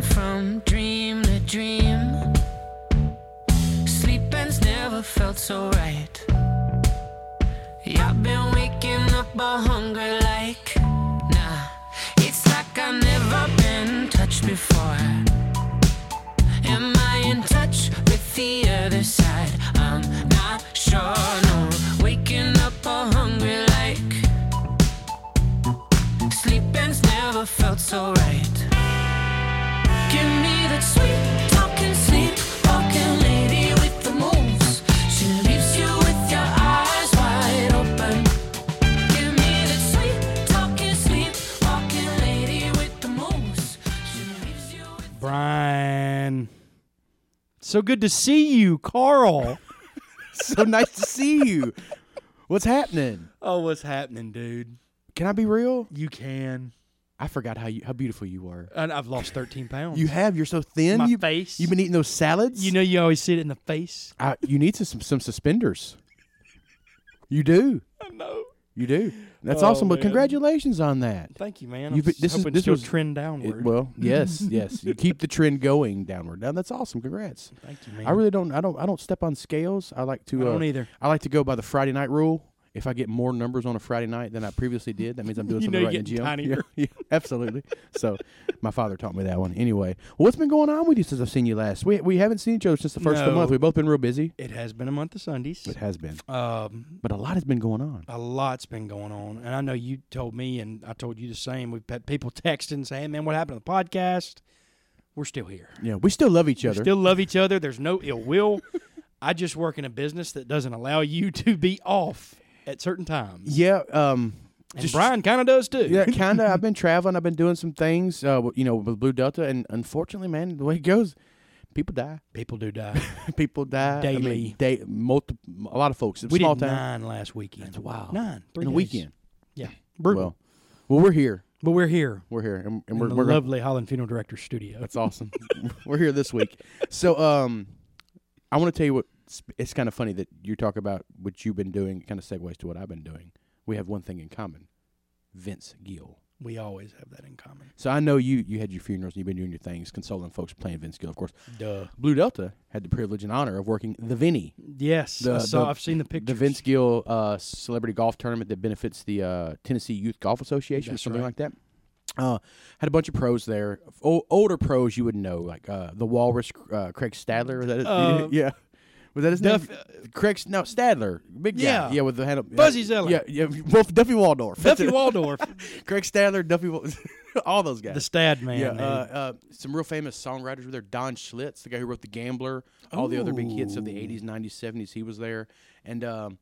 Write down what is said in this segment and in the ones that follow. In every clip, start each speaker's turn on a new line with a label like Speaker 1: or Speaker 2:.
Speaker 1: from dream to dream. Sleeping's never felt so right. Yeah, I've been waking up all hungry like, nah. It's like I've never been touched before. Am I in touch with the other side? I'm not sure, no. Waking up all hungry like, sleeping's never felt so right. Give me that sweet talking, sleepwalking lady with the moves. She leaves you with your eyes wide open. Give me that sweet talking, sleepwalking lady with the moves. She leaves you with
Speaker 2: Brian. So good to see you, Carl.
Speaker 3: so nice to see you. What's happening?
Speaker 2: oh, what's happening, dude?
Speaker 3: Can I be real?
Speaker 2: You can.
Speaker 3: I forgot how you how beautiful you were.
Speaker 2: And I've lost 13 pounds.
Speaker 3: You have. You're so thin.
Speaker 2: My
Speaker 3: you,
Speaker 2: face.
Speaker 3: You've been eating those salads.
Speaker 2: you know, you always see it in the face.
Speaker 3: I, you need to, some some suspenders. You do.
Speaker 2: I know.
Speaker 3: You do. That's
Speaker 2: Oh,
Speaker 3: awesome. But
Speaker 2: man.
Speaker 3: congratulations on that.
Speaker 2: Thank you, man. I'm
Speaker 3: You've been-
Speaker 2: just
Speaker 3: this is-
Speaker 2: hoping
Speaker 3: this
Speaker 2: still
Speaker 3: was-
Speaker 2: trend
Speaker 3: It-
Speaker 2: downward.
Speaker 3: well, yes, yes. You keep the trend going downward. Now that's awesome. Congrats.
Speaker 2: Thank you, man.
Speaker 3: I really don't. I don't. I don't step on scales. I like to.
Speaker 2: I don't
Speaker 3: uh,
Speaker 2: either.
Speaker 3: I like to go by the Friday night rule. If I get more numbers on a Friday night than I previously did, that means I'm doing
Speaker 2: You know
Speaker 3: something
Speaker 2: you're
Speaker 3: right in the
Speaker 2: getting
Speaker 3: gym.
Speaker 2: tinier.
Speaker 3: Yeah, yeah, absolutely. so, my father taught me that one. Anyway, what's been going on with you since I've seen you last? We we haven't seen each other since the first of the
Speaker 2: No.
Speaker 3: month. We've both been real busy.
Speaker 2: It has been a month of Sundays.
Speaker 3: It has been,
Speaker 2: Um,
Speaker 3: but a lot has been going on.
Speaker 2: a lot's been going on, and I know you told me, and I told you the same. We've had people texting and saying, "Man, what happened to the podcast?" We're still here.
Speaker 3: Yeah, we still love each other.
Speaker 2: Still love each other. There's no ill will. I just work in a business that doesn't allow you to be off at certain times.
Speaker 3: yeah. Um.
Speaker 2: And Brian kind of does too.
Speaker 3: Yeah, kind of. I've been traveling. I've been doing some things. Uh, you know, with Blue Delta, and unfortunately, man, the way it goes, people die.
Speaker 2: People do die.
Speaker 3: People die I mean,
Speaker 2: Daily.
Speaker 3: day, multi, a lot of folks.
Speaker 2: we
Speaker 3: small
Speaker 2: did
Speaker 3: town.
Speaker 2: nine last weekend. That's
Speaker 3: wild.
Speaker 2: Nine. Three
Speaker 3: in a
Speaker 2: days.
Speaker 3: weekend.
Speaker 2: Yeah. Brutal.
Speaker 3: Well, well, we're here.
Speaker 2: but we're here.
Speaker 3: We're here, and, and
Speaker 2: in
Speaker 3: we're,
Speaker 2: the
Speaker 3: we're gonna-
Speaker 2: lovely Holland Funeral Director Studio.
Speaker 3: that's awesome. we're here this week. So, um, I want to tell you what it's kind of funny that you talk about what you've been doing. Kind of segues to what I've been doing. We have one thing in common: Vince Gill.
Speaker 2: We always have that in common.
Speaker 3: So I know you you had your funerals and you've been doing your things, consoling folks, playing Vince Gill. Of course,
Speaker 2: Duh.
Speaker 3: Blue Delta had the privilege and honor of working the Vinny,
Speaker 2: Yes. I
Speaker 3: The-
Speaker 2: saw,
Speaker 3: the-
Speaker 2: I've seen the
Speaker 3: the
Speaker 2: picture.
Speaker 3: Vince Gill uh, Celebrity Golf Tournament that benefits the uh, Tennessee Youth Golf Association or
Speaker 2: That's
Speaker 3: something
Speaker 2: right.
Speaker 3: like that. Uh, had a bunch of pros there, o- older pros you would know, like uh, the Walrus, uh, Craig Stadler. Was that his,
Speaker 2: Uh,
Speaker 3: yeah, was that his
Speaker 2: Duff- uh,
Speaker 3: name? Craig, no Stadler, big guy.
Speaker 2: Yeah.
Speaker 3: yeah, with the handle.
Speaker 2: Fuzzy Zeller.
Speaker 3: Yeah, yeah, Wolf, Duffy Waldorf. That's
Speaker 2: Duffy
Speaker 3: it.
Speaker 2: Waldorf,
Speaker 3: Craig Stadler, Duffy, Wal- all those guys.
Speaker 2: the Stad Man.
Speaker 3: Yeah,
Speaker 2: dude.
Speaker 3: uh, uh, some real famous songwriters were there. Don Schlitz, the guy who wrote The Gambler, all the other big hits of the
Speaker 2: Ooh.
Speaker 3: 80s, 90s, 70s, he was there. And, um,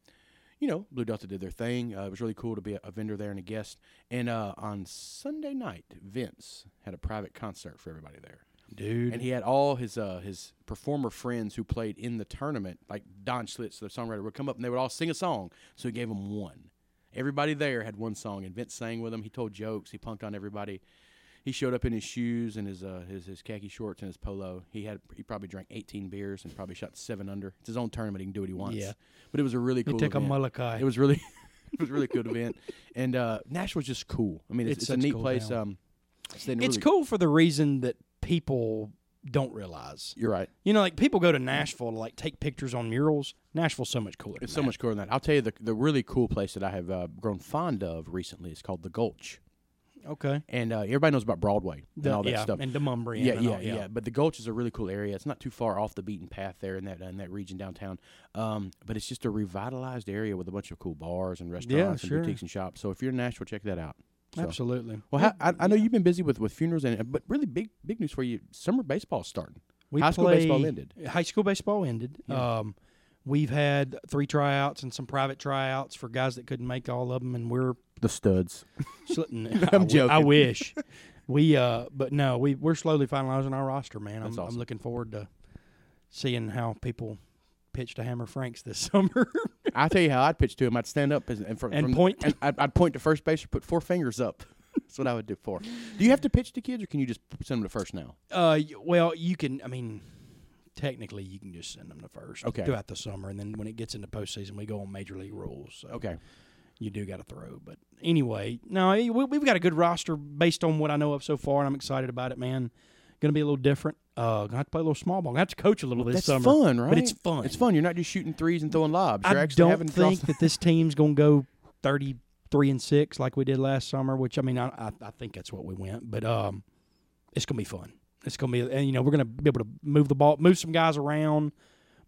Speaker 3: you know, Blue Delta did their thing. Uh, it was really cool to be a, a vendor there and a guest. And uh, on Sunday night, Vince had a private concert for everybody there.
Speaker 2: dude.
Speaker 3: And he had all his uh, his performer friends who played in the tournament, like Don Schlitz, the songwriter, would come up and they would all sing a song. So he gave them one. Everybody there had one song, and Vince sang with them. He told jokes. He punked on everybody. He showed up in his shoes and his uh, his his khaki shorts and his polo. He had he probably drank 18 beers and probably shot seven under. It's his own tournament. He can do what he wants.
Speaker 2: Yeah.
Speaker 3: But it was a really
Speaker 2: He
Speaker 3: cool.
Speaker 2: took a
Speaker 3: event.
Speaker 2: Molokai.
Speaker 3: It was really, it was a really good event, and uh, Nashville's just cool. I mean,
Speaker 2: It's
Speaker 3: it's, it's, a
Speaker 2: such
Speaker 3: neat
Speaker 2: cool
Speaker 3: place.
Speaker 2: town.
Speaker 3: Um, it's in a
Speaker 2: It's
Speaker 3: really-
Speaker 2: cool for the reason that people don't realize.
Speaker 3: You're right.
Speaker 2: You know, like people go to Nashville to like take pictures on murals. Nashville's so much cooler.
Speaker 3: It's so
Speaker 2: than
Speaker 3: much cooler than that. I'll tell you the the really cool place that I have uh, grown fond of recently is called the Gulch,
Speaker 2: that. okay.
Speaker 3: and uh, everybody knows about Broadway and
Speaker 2: The-
Speaker 3: all that
Speaker 2: yeah,
Speaker 3: stuff.
Speaker 2: and Demumbrian.
Speaker 3: yeah,
Speaker 2: and
Speaker 3: yeah,
Speaker 2: all-
Speaker 3: yeah, But the Gulch is a really cool area. It's not too far off the beaten path there in that in that region downtown. Um, but it's just a revitalized area with a bunch of cool bars and restaurants and
Speaker 2: sure.
Speaker 3: boutiques and shops. So if you're in Nashville, check that out. So-
Speaker 2: Absolutely.
Speaker 3: Well, how, I, I know you've been busy with, with funerals and but really big big news for you. Summer baseball's starting.
Speaker 2: We
Speaker 3: High school
Speaker 2: play-
Speaker 3: baseball ended.
Speaker 2: High school baseball ended. Um, we've had three tryouts and some private tryouts for guys that couldn't make all of them, and we're
Speaker 3: The studs.
Speaker 2: slitting.
Speaker 3: I'm
Speaker 2: I wi- I
Speaker 3: joking.
Speaker 2: wish we, uh, but no, we we're slowly finalizing our roster, man. I'm,
Speaker 3: That's awesome.
Speaker 2: I'm looking forward to seeing how people pitch to Hammer Franks this summer.
Speaker 3: I tell you how I'd pitch to him. I'd stand up and, and, from,
Speaker 2: And
Speaker 3: from-
Speaker 2: point.
Speaker 3: and I'd, I'd point to first base or put four fingers up. That's what I would do for. Do you have to pitch to kids, or can you just send them to first now?
Speaker 2: uh, y- well, you can. I mean, technically, you can just send them to first
Speaker 3: Okay.
Speaker 2: throughout the summer, and then when it gets into postseason, we go on major league rules. So
Speaker 3: Okay,
Speaker 2: you do got to throw. But anyway, no, we, we've got a good roster based on what I know of so far, and I'm excited about it, man. Going to be a little different. Uh, going to have to play a little small ball. Going to have to coach a little this
Speaker 3: That's
Speaker 2: summer.
Speaker 3: fun, right?
Speaker 2: But it's fun.
Speaker 3: It's fun. You're not just shooting threes and throwing lobs. You're
Speaker 2: I
Speaker 3: actually
Speaker 2: don't
Speaker 3: having
Speaker 2: think
Speaker 3: to draw some-
Speaker 2: that this team's going to go 33 and 6 like we did last summer, which I mean, I, I, I think that's what we went, but um, it's going to be fun. It's going to be, and you know, we're going to be able to move the ball, move some guys around,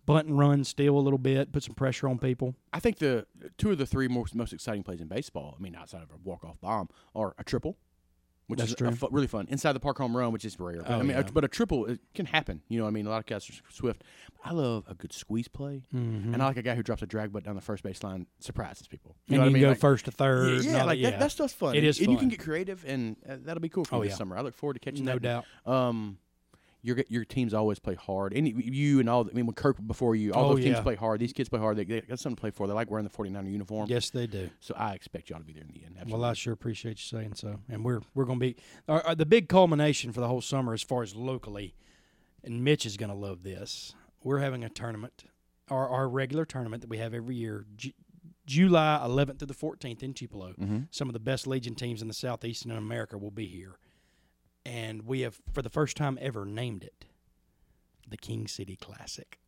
Speaker 2: bunt and run, steal a little bit, put some pressure on people.
Speaker 3: I think the two of the three most most exciting plays in baseball. I mean, outside of a walk off bomb, are a triple, which
Speaker 2: That's
Speaker 3: is a
Speaker 2: true.
Speaker 3: fu- really fun inside the park home run, which is rare. But,
Speaker 2: Oh,
Speaker 3: I mean, a-
Speaker 2: yeah.
Speaker 3: but a triple it can happen. You know, what I mean, a lot of guys are s- swift. I love a good squeeze play, and I like a guy who drops a drag butt down the first baseline, surprises people.
Speaker 2: Mm-hmm. And You,
Speaker 3: know what I
Speaker 2: can
Speaker 3: mean?
Speaker 2: go
Speaker 3: Like-
Speaker 2: first to
Speaker 3: Yeah,
Speaker 2: third. and
Speaker 3: yeah,
Speaker 2: all
Speaker 3: like
Speaker 2: that,
Speaker 3: That, that stuff's fun.
Speaker 2: It
Speaker 3: And-
Speaker 2: is
Speaker 3: and you can
Speaker 2: fun.
Speaker 3: get creative, and uh, that'll be cool for
Speaker 2: Oh,
Speaker 3: me
Speaker 2: yeah.
Speaker 3: this summer. I look forward to catching
Speaker 2: no
Speaker 3: that.
Speaker 2: doubt.
Speaker 3: Um, your your teams always play hard, and you- you and all. the- I mean, when Kirk before you, all
Speaker 2: Oh,
Speaker 3: those teams
Speaker 2: yeah.
Speaker 3: play hard. These kids play hard. They, they got something to play for. They like wearing the 49er uniform.
Speaker 2: Yes, they do.
Speaker 3: So I expect y'all to be there in the end.
Speaker 2: Well, I sure appreciate you saying so, and we're we're going to be our, our- the big culmination for the whole summer as far as locally, and Mitch is going to love this. We're having a tournament, our our regular tournament that we have every year, Ju- July 11th through the 14th in Tupelo. Some of the best Legion teams in the southeast and in America will be here, and we have for the first time ever named it the King City Classic,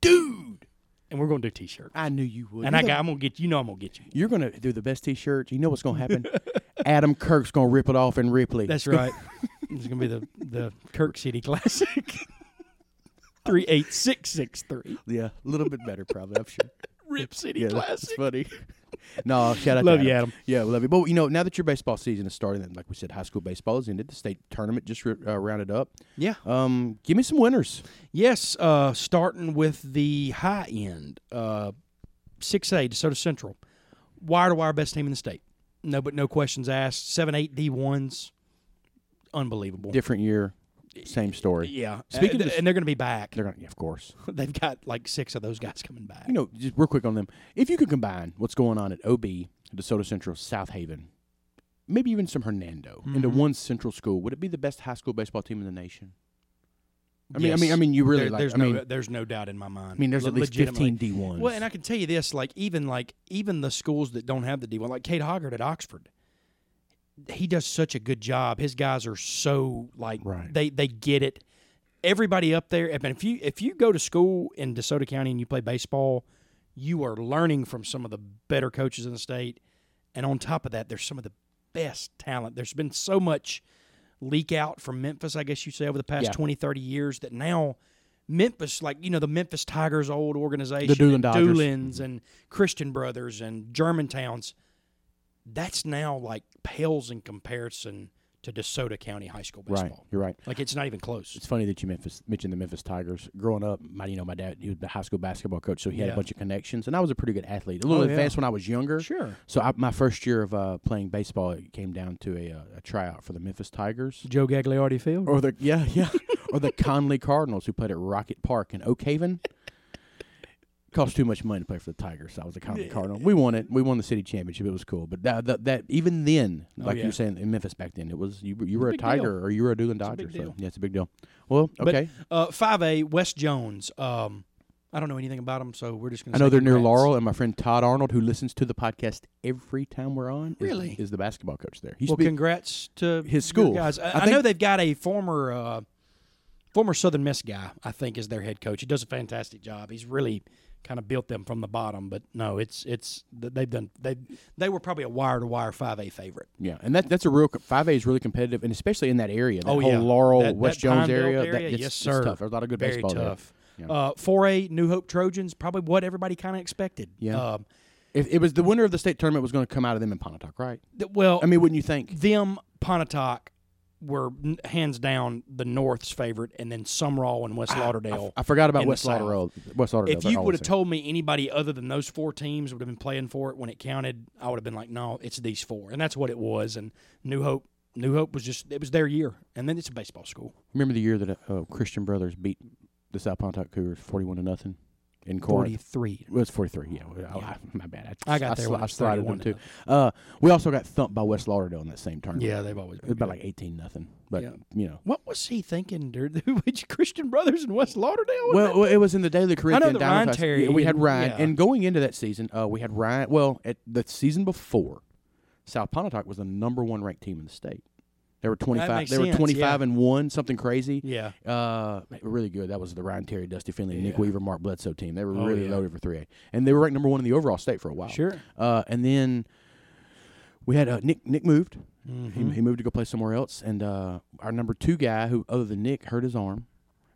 Speaker 3: dude,
Speaker 2: and we're going to do T-shirts.
Speaker 3: I knew you would.
Speaker 2: And I got, I'm gonna get you. know I'm gonna get you.
Speaker 3: You're gonna do the best T-shirt. You know what's gonna happen? Adam Kirk's gonna rip it off in Ripley.
Speaker 2: That's right. it's gonna be the the Kirk City Classic. Three eight six six three.
Speaker 3: yeah, a little bit better probably. I'm sure.
Speaker 2: Rip City
Speaker 3: Yeah, that's
Speaker 2: Classic.
Speaker 3: funny. no, shout out.
Speaker 2: Love
Speaker 3: to
Speaker 2: you, Adam.
Speaker 3: Yeah, we love you. But you know, now that your baseball season is starting, and like we said, high school baseball is ended. The state tournament just ri- uh, rounded up.
Speaker 2: Yeah.
Speaker 3: Um, give me some winners.
Speaker 2: Yes. Uh, starting with the high end, uh, six A DeSoto Central, wire to wire best team in the state. No, but no questions asked. Seven eight D ones, unbelievable.
Speaker 3: Different year, same story.
Speaker 2: Yeah.
Speaker 3: Speaking
Speaker 2: Speaking
Speaker 3: of-
Speaker 2: and they're gonna be back.
Speaker 3: They're gonna, yeah, of course.
Speaker 2: They've got like six of those guys coming back.
Speaker 3: you know, just real quick on them. If you could combine what's going on at OB, DeSoto Central, South Haven, maybe even some Hernando into
Speaker 2: Mm-hmm.
Speaker 3: one central school, would it be the best high school baseball team in the nation? I mean, I mean, I
Speaker 2: Yes.
Speaker 3: mean, you really
Speaker 2: There-
Speaker 3: like.
Speaker 2: there's
Speaker 3: I
Speaker 2: no
Speaker 3: mean,
Speaker 2: there's no doubt in my mind.
Speaker 3: I mean, there's at least fifteen D ones.
Speaker 2: Well, and I can tell you this, like even like even the schools that don't have the D one, like Kate Hoggard at Oxford, he does such a good job. His guys are so like
Speaker 3: Right.
Speaker 2: they they get it. Everybody up there, I mean, if you if you go to school in DeSoto County and you play baseball, you are learning from some of the better coaches in the state. And on top of that, there's some of the best talent. There's been so much leak out from Memphis, I guess you say, over the past
Speaker 3: Yeah.
Speaker 2: twenty, thirty 20, 30 years that now Memphis, like, you know, the Memphis Tigers old organization,
Speaker 3: Doolin
Speaker 2: and
Speaker 3: Dodgers.
Speaker 2: Doolins and Christian Brothers and Germantowns, that's now like pales in comparison to DeSoto County High School
Speaker 3: right,
Speaker 2: baseball.
Speaker 3: you're right.
Speaker 2: Like, it's not even close.
Speaker 3: It's funny that you Memphis, mentioned the Memphis Tigers. Growing up, my you know my dad he was a high school basketball coach, so he had a
Speaker 2: Yeah.
Speaker 3: bunch of connections, and I was a pretty good athlete. A little
Speaker 2: Oh, yeah.
Speaker 3: advanced when I was younger.
Speaker 2: Sure.
Speaker 3: So I, my first year of uh, playing baseball, it came down to a, uh, a tryout for the Memphis Tigers.
Speaker 2: Joe Gagliardi Field?
Speaker 3: or the yeah yeah or the Conley Cardinals who played at Rocket Park in Oak Haven. Cost too much money to play for the Tigers. So I was a Conley Cardinal. We won it. We won the city championship. It was cool. But that that, that even then, like you
Speaker 2: Oh, yeah.
Speaker 3: were saying in Memphis back then, it was you were- you were a,
Speaker 2: big deal.
Speaker 3: Tiger or you were a Doolin
Speaker 2: big
Speaker 3: Dodger. So
Speaker 2: deal.
Speaker 3: yeah, it's a big deal. Well, okay.
Speaker 2: Uh, 5A, West Jones. Um, I don't know anything about them, so we're just going
Speaker 3: I
Speaker 2: to
Speaker 3: know they're near Laurel, and my friend Todd Arnold, who listens to the podcast every time we're on, is-
Speaker 2: Really?
Speaker 3: is, the basketball coach there. He
Speaker 2: Well,
Speaker 3: used to be-
Speaker 2: congrats to
Speaker 3: his
Speaker 2: your
Speaker 3: school.
Speaker 2: guys. I,
Speaker 3: I
Speaker 2: I,
Speaker 3: think-
Speaker 2: know they've got a former uh, former Southern Miss guy. I think is their head coach. He does a fantastic job. He's really kind of built them from the bottom. But no, it's it's th- they've done they they were probably a wire to wire five A favorite.
Speaker 3: yeah, and that that's a real five A is really competitive, and especially in that area, that
Speaker 2: Oh,
Speaker 3: whole
Speaker 2: yeah.
Speaker 3: Laurel
Speaker 2: That-
Speaker 3: West
Speaker 2: that
Speaker 3: Jones
Speaker 2: Pine Belt
Speaker 3: area. that-
Speaker 2: area,
Speaker 3: it's-
Speaker 2: yes,
Speaker 3: it's
Speaker 2: sir.
Speaker 3: tough. There's a lot of good
Speaker 2: Very
Speaker 3: baseball there.
Speaker 2: tough.
Speaker 3: Yeah.
Speaker 2: Uh, 4A New Hope Trojans, probably what everybody kind of expected.
Speaker 3: Yeah.
Speaker 2: Um,
Speaker 3: If it was the winner of the state tournament was going to come out of them in Pontotoc, right?
Speaker 2: th- well,
Speaker 3: I mean, wouldn't you think?
Speaker 2: them Pontotoc were n- hands down the North's favorite, and then Sumrall and West Lauderdale.
Speaker 3: I forgot about
Speaker 2: In the
Speaker 3: West
Speaker 2: South.
Speaker 3: Lauderdale. West Lauderdale.
Speaker 2: if
Speaker 3: they're
Speaker 2: you
Speaker 3: all
Speaker 2: would have
Speaker 3: the
Speaker 2: told me anybody other than those four teams would have been playing for it when it counted, I would have been like, no, it's these four, and that's what it was. And New Hope, New Hope was just it was their year, and then it's a baseball school.
Speaker 3: same. remember the year that uh, Christian Brothers beat the South Pontotoc Cougars forty-one to nothing in
Speaker 2: Forty
Speaker 3: Corinth.
Speaker 2: three.
Speaker 3: It was forty-three. Yeah, well, I-
Speaker 2: Yeah.
Speaker 3: my bad.
Speaker 2: I got there
Speaker 3: sli-
Speaker 2: when it
Speaker 3: I
Speaker 2: was
Speaker 3: slided
Speaker 2: 31
Speaker 3: them
Speaker 2: to
Speaker 3: too. Uh, we also got thumped by West Lauderdale in that same tournament.
Speaker 2: Yeah, they've always
Speaker 3: it was
Speaker 2: been.
Speaker 3: about
Speaker 2: Good.
Speaker 3: like eighteen nothing. But
Speaker 2: Yeah.
Speaker 3: you know,
Speaker 2: What was he thinking, dude? Which Christian Brothers in West Lauderdale?
Speaker 3: Well, well, it was in the Daily Corinthian.
Speaker 2: the
Speaker 3: Diamond
Speaker 2: Ryan
Speaker 3: Class.
Speaker 2: Terry
Speaker 3: Yeah, we had
Speaker 2: and-
Speaker 3: Ryan,
Speaker 2: yeah.
Speaker 3: and going into that season, uh, we had Ryan. Well, at the season before, South Pontotoc was the number one ranked team in the state. They were twenty five.
Speaker 2: makes
Speaker 3: They were
Speaker 2: sense,
Speaker 3: twenty five
Speaker 2: yeah.
Speaker 3: and one, something crazy.
Speaker 2: Yeah.
Speaker 3: Uh, really good. That was the Ryan Terry, Dusty Finley,
Speaker 2: Yeah.
Speaker 3: Nick Weaver, Mark Bledsoe team. They were
Speaker 2: Oh,
Speaker 3: really
Speaker 2: yeah.
Speaker 3: loaded for three A, and they were ranked number one in the overall state for a while.
Speaker 2: Sure.
Speaker 3: Uh, and then we had uh, Nick. Nick moved. He, he moved to go play somewhere else, and uh, our number two guy, who other than Nick, hurt his arm,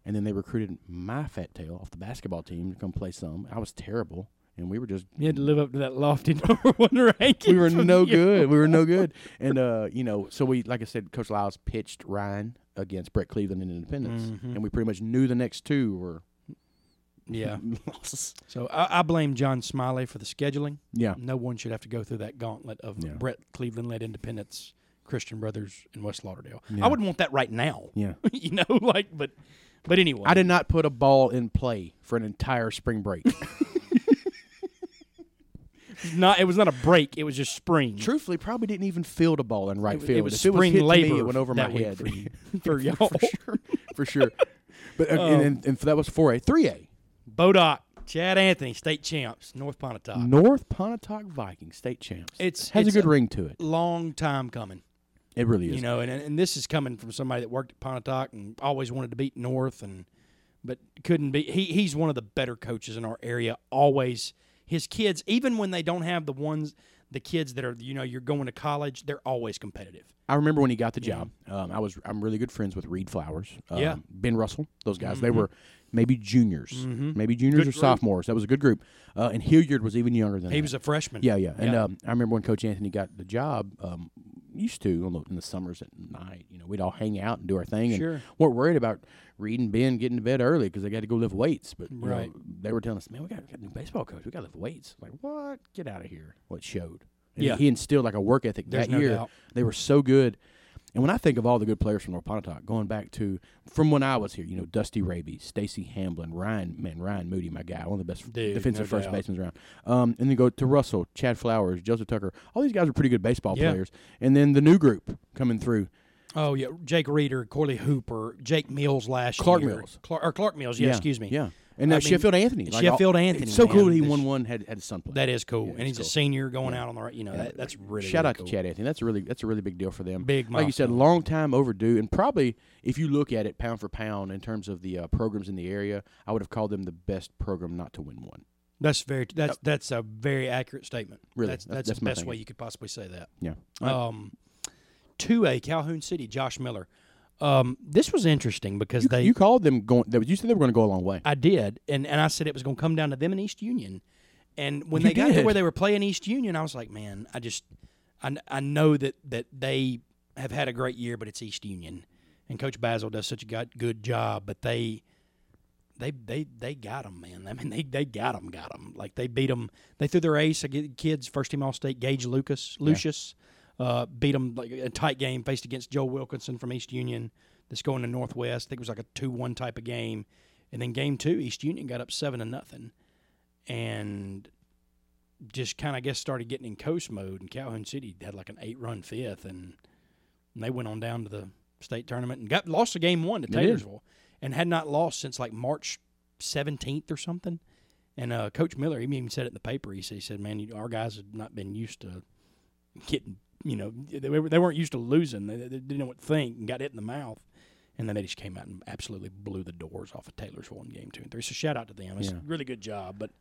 Speaker 3: and then they recruited my fat tail off the basketball team to come play some. I was terrible, and we were just
Speaker 2: You had to live up to that lofty number one ranking.
Speaker 3: we were
Speaker 2: from
Speaker 3: no
Speaker 2: the year.
Speaker 3: good. We were no good. And uh, you know, so we like I said, Coach Lyles pitched Ryan against Brett Cleveland in Independence, and we pretty much knew the next two were
Speaker 2: Yeah.
Speaker 3: losses.
Speaker 2: So I, I blame John Smiley for the scheduling.
Speaker 3: Yeah,
Speaker 2: No one should have to go through that gauntlet of
Speaker 3: Yeah.
Speaker 2: Brett Cleveland led Independence, Christian Brothers, and West Lauderdale.
Speaker 3: Yeah.
Speaker 2: I would want that right now.
Speaker 3: yeah.
Speaker 2: you know, like, but, but anyway.
Speaker 3: I did not put a ball in play for an entire spring break.
Speaker 2: not. It was not a break. It was just spring.
Speaker 3: Truthfully, probably didn't even field a ball in right
Speaker 2: It, was-
Speaker 3: field.
Speaker 2: it was
Speaker 3: If
Speaker 2: spring
Speaker 3: hit to me,
Speaker 2: labor.
Speaker 3: it went over my
Speaker 2: that week
Speaker 3: head
Speaker 2: for, you- for y'all.
Speaker 3: for sure. But uh, and, and,
Speaker 2: Oh.
Speaker 3: and that was four A, three A.
Speaker 2: Bodoc, Chad Anthony, state champs, North Pontotoc.
Speaker 3: North Pontotoc Vikings state champs.
Speaker 2: It's-
Speaker 3: has
Speaker 2: it's
Speaker 3: a good
Speaker 2: a-
Speaker 3: ring to it.
Speaker 2: Long time coming.
Speaker 3: It really is.
Speaker 2: you know, and and this is coming from somebody that worked at Pontotoc and always wanted to beat North and but couldn't be. He he's one of the better coaches in our area. Always his kids, even when they don't have the ones the kids that are you know you're going to college, they're always competitive.
Speaker 3: I remember when he got the job. Um, I was I'm really good friends with Reed Flowers, um,
Speaker 2: Yeah. Mm-hmm.
Speaker 3: Ben Russell, those guys. They were maybe juniors, maybe juniors or sophomores. That was a good group. Uh, and Hilliard was even younger than
Speaker 2: He
Speaker 3: that.
Speaker 2: was a freshman.
Speaker 3: yeah, yeah. And
Speaker 2: yeah.
Speaker 3: Um, I remember when Coach Anthony got the job. Um, used to on the, in the summers at night, you know, we'd all hang out and do our thing, and
Speaker 2: Sure.
Speaker 3: weren't worried about Reed and Ben getting to bed early because they got to go lift weights. But you know,
Speaker 2: Right.
Speaker 3: they were telling us, man, we got, we got a new baseball coach, we got to lift weights. like, what? Get out of here! What showed? And
Speaker 2: Yeah.
Speaker 3: he instilled like a work ethic
Speaker 2: There's
Speaker 3: that
Speaker 2: no
Speaker 3: year.
Speaker 2: doubt.
Speaker 3: They were so good. And when I think of all the good players from North Pontotoc, going back to from when I was here, you know, Dusty Raby, Stacy Hamblin, Ryan, man, Ryan Moody, my guy, one of the best
Speaker 2: Dude,
Speaker 3: defensive
Speaker 2: no
Speaker 3: first
Speaker 2: doubt.
Speaker 3: basemen around. Um, and then go to Russell, Chad Flowers, Joseph Tucker. All these guys are pretty good baseball
Speaker 2: Yeah.
Speaker 3: players. And then the new group coming through.
Speaker 2: Oh yeah, Jake Reeder, Corley Hooper, Jake Mills last
Speaker 3: Clark
Speaker 2: year.
Speaker 3: Mills.
Speaker 2: Clark or Clark Mills. Yeah, excuse me.
Speaker 3: Yeah. And now
Speaker 2: I mean,
Speaker 3: Sheffield Anthony. all-
Speaker 2: Sheffield Anthony,
Speaker 3: It's so cool
Speaker 2: man.
Speaker 3: that he
Speaker 2: This-
Speaker 3: won one, had, had his son play.
Speaker 2: that is cool. and
Speaker 3: it's
Speaker 2: he's a
Speaker 3: cool.
Speaker 2: senior going out on the right. You know, that, that's really
Speaker 3: Shout
Speaker 2: really
Speaker 3: out
Speaker 2: cool.
Speaker 3: to Chad Anthony. That's a really that's a really big deal for them.
Speaker 2: Big
Speaker 3: like you said,
Speaker 2: milestone.
Speaker 3: long time overdue, and probably if you look at it pound for pound in terms of the uh, programs in the area, I would have called them the best program not to win one.
Speaker 2: That's very that's that's a very accurate statement.
Speaker 3: Really,
Speaker 2: that's,
Speaker 3: that's-
Speaker 2: that's,
Speaker 3: that's
Speaker 2: the
Speaker 3: my
Speaker 2: best way
Speaker 3: thinking.
Speaker 2: you could possibly say that.
Speaker 3: Yeah,
Speaker 2: Um, two A Calhoun City, Josh Miller. Um, this was interesting because they
Speaker 3: you called them going. They, you said they were going to go a long way.
Speaker 2: I did, and and I said it was going to come down to them and East Union, and when
Speaker 3: You
Speaker 2: they got to
Speaker 3: did.
Speaker 2: where they were playing East Union, I was like, man, I just I, kn- I know that that they have had a great year, but it's East Union, and Coach Basil does such a good, good job, but they. They, they they got them, man. I mean, they, they got them, got them. Like they beat them. They threw their ace against kids, first team All State, Gage Lucas, Lucius, uh, beat them like a tight game, faced against Joe Wilkinson from East Union. That's going to Northwest. I think it was like a two one type of game, and then game two, East Union got up seven to nothing, and just kind of guess started getting in coast mode. And Calhoun City had like an eight run fifth, and, and they went on down to the state tournament and got lost to game one to
Speaker 3: They did.
Speaker 2: Taylorsville, and had not lost since like March seventeenth or something. And uh, Coach Miller, he even said it in the paper. He said, he said "Man, you, our guys have not been used to getting, you know, they, were- they weren't used to losing. They, they didn't know what to think and got hit in the mouth." And then they just came out and absolutely blew the doors off of Taylorsville in game two and three. So shout out to them. It's
Speaker 3: Yeah.
Speaker 2: a really good job. But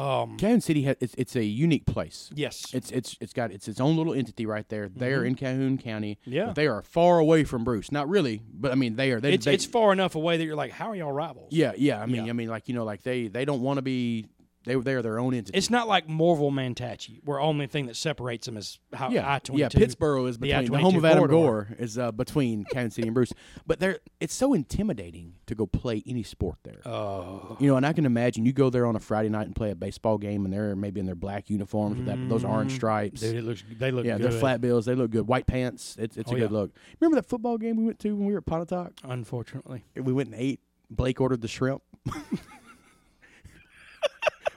Speaker 2: um,
Speaker 3: Canyon City has it's, it's a unique place.
Speaker 2: yes,
Speaker 3: It's it's it's got it's its own little entity right there. They're in Calhoun County.
Speaker 2: Mm-hmm. Yeah.
Speaker 3: but they are far away from Bruce. Not really, but I mean they are. They,
Speaker 2: it's,
Speaker 3: they-
Speaker 2: it's far enough away that you're like, how are y'all rivals?
Speaker 3: yeah yeah. I mean
Speaker 2: Yeah.
Speaker 3: I mean like you know like they they don't want to be they they are their own entity.
Speaker 2: It's not like Morville Mantachi, where only thing that separates them is how
Speaker 3: yeah,
Speaker 2: I twenty
Speaker 3: yeah.
Speaker 2: two.
Speaker 3: Pittsburgh is
Speaker 2: the
Speaker 3: between the,
Speaker 2: I-22
Speaker 3: home of Adam
Speaker 2: corridor.
Speaker 3: Gore is uh, between Canyon City and Bruce. But they're it's so intimidating to go play any sport there.
Speaker 2: Oh,
Speaker 3: You know, and I can imagine you go there on a Friday night and play a baseball game, and they're maybe in their black uniforms with that, those orange
Speaker 2: Mm,
Speaker 3: stripes.
Speaker 2: dude, it looks they look
Speaker 3: Yeah,
Speaker 2: good.
Speaker 3: they're flat bills. They look good. White pants. It's, it's
Speaker 2: Oh,
Speaker 3: a good
Speaker 2: yeah.
Speaker 3: look. Remember that football game we went to when we were at Pontotoc?
Speaker 2: Unfortunately,
Speaker 3: We went and ate. Blake ordered the shrimp.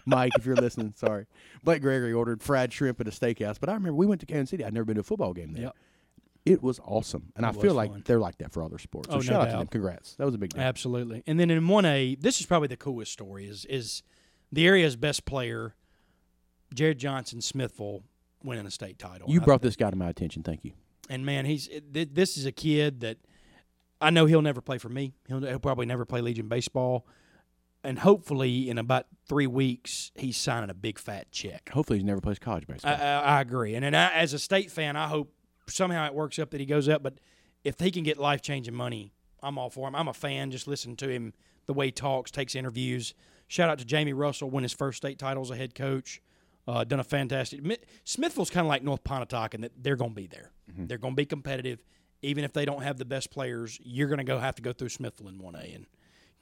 Speaker 3: Mike, if you're listening, sorry. Blake Gregory ordered fried shrimp at a steakhouse. But I remember we went to Kansas City. I'd never been to a football game there.
Speaker 2: Yep.
Speaker 3: It was awesome. And I
Speaker 2: was
Speaker 3: feel like
Speaker 2: fun.
Speaker 3: they're like that for other sports. So
Speaker 2: Oh, no
Speaker 3: shout out to
Speaker 2: doubt.
Speaker 3: them. Congrats. That was a big deal.
Speaker 2: absolutely. And then in one A, this is probably the coolest story. Is is the area's best player, Jared Johnson Smithville, winning a state title.
Speaker 3: you
Speaker 2: I-
Speaker 3: brought this guy to my attention. Thank you.
Speaker 2: And man, he's th- this is a kid that I know he'll never play for me. He'll, he'll probably never play Legion baseball. And hopefully, in about three weeks, he's signing a big fat check.
Speaker 3: Hopefully, he's never plays college
Speaker 2: I,
Speaker 3: baseball.
Speaker 2: I, I agree. And then I, as a state fan, I hope somehow it works up that he goes up. But if he can get life changing money, I'm all for him. I'm a fan. Just listen to him the way he talks, takes interviews. Shout out to Jamie Russell, won his first state title as a head coach. Uh, done a fantastic. Mi- Smithville's kind of like North Pontotoc in that they're going to be there. They're going to be competitive, even if they don't have the best players. You're going to go have to go through Smithville in one A. And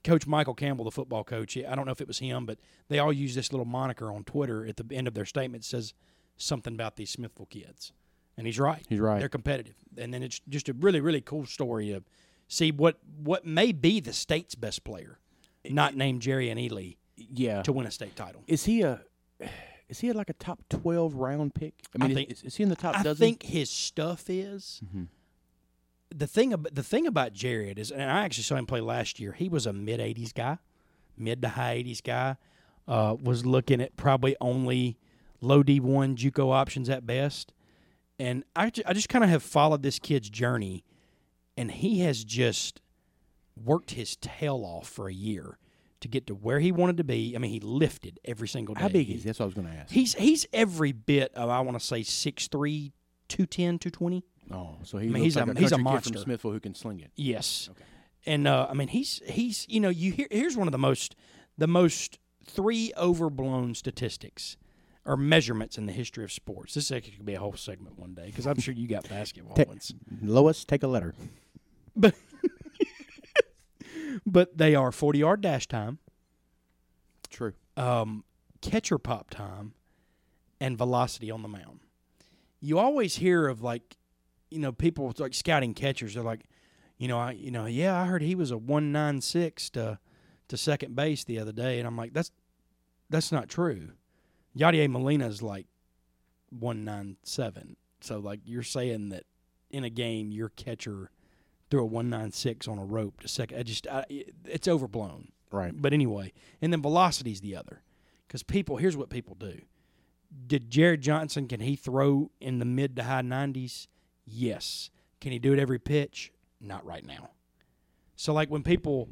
Speaker 2: Coach Michael Campbell, the football coach, he- I don't know if it was him, but they all use this little moniker on Twitter at the end of their statement. It says something about these Smithville kids, and he's right.
Speaker 3: He's right.
Speaker 2: They're competitive, and then it's just a really, really cool story to see what what may be the state's best player, not named Jerry and Ely,
Speaker 3: yeah.
Speaker 2: to win a state title.
Speaker 3: Is he a? Is he like a top twelve round pick? I mean,
Speaker 2: think-
Speaker 3: is, is he in the top
Speaker 2: I
Speaker 3: dozen?
Speaker 2: think his stuff is
Speaker 3: Mm-hmm.
Speaker 2: the thing. ab- The thing about Jared is, and I actually saw him play last year. He was a mid '80s guy, mid to high '80s guy. Uh, was looking at probably only low D1 JUCO options at best, and I ju- I just kind of have followed this kid's journey, and he has just worked his tail off for a year to get to where he wanted to be. I mean, he lifted every single day.
Speaker 3: How big is he? That's what I was going to ask.
Speaker 2: He's he's every bit of I want to say 6'3", 210, 220.
Speaker 3: oh, so he
Speaker 2: mean,
Speaker 3: looks
Speaker 2: he's
Speaker 3: like
Speaker 2: a-
Speaker 3: a,
Speaker 2: he's a
Speaker 3: country kid
Speaker 2: monster.
Speaker 3: from Smithville who can sling it.
Speaker 2: Yes. And uh, I mean he's he's you know you hear here's one of the most the most three overblown statistics or measurements in the history of sports. This actually could be a whole segment one day because I'm sure you got basketball ones.
Speaker 3: Lois, take a letter.
Speaker 2: But but they are forty yard dash time,
Speaker 3: True.
Speaker 2: um, catcher pop time, and velocity on the mound. You always hear of like, you know, people with, like scouting catchers. They're like, you know, I, you know, yeah, I heard he was a one nine six to to second base the other day, and I'm like, that's that's not true. Yadier Molina's like one nine seven. So like you're saying that in a game your catcher threw a one nine six on a rope to second. I just I, it's overblown.
Speaker 3: Right.
Speaker 2: But anyway, and then velocity's the other, because people here's what people do. Did Jared Johnson can he throw in the mid to high nineties? Yes. Can he do it every pitch? Not right now. So like when people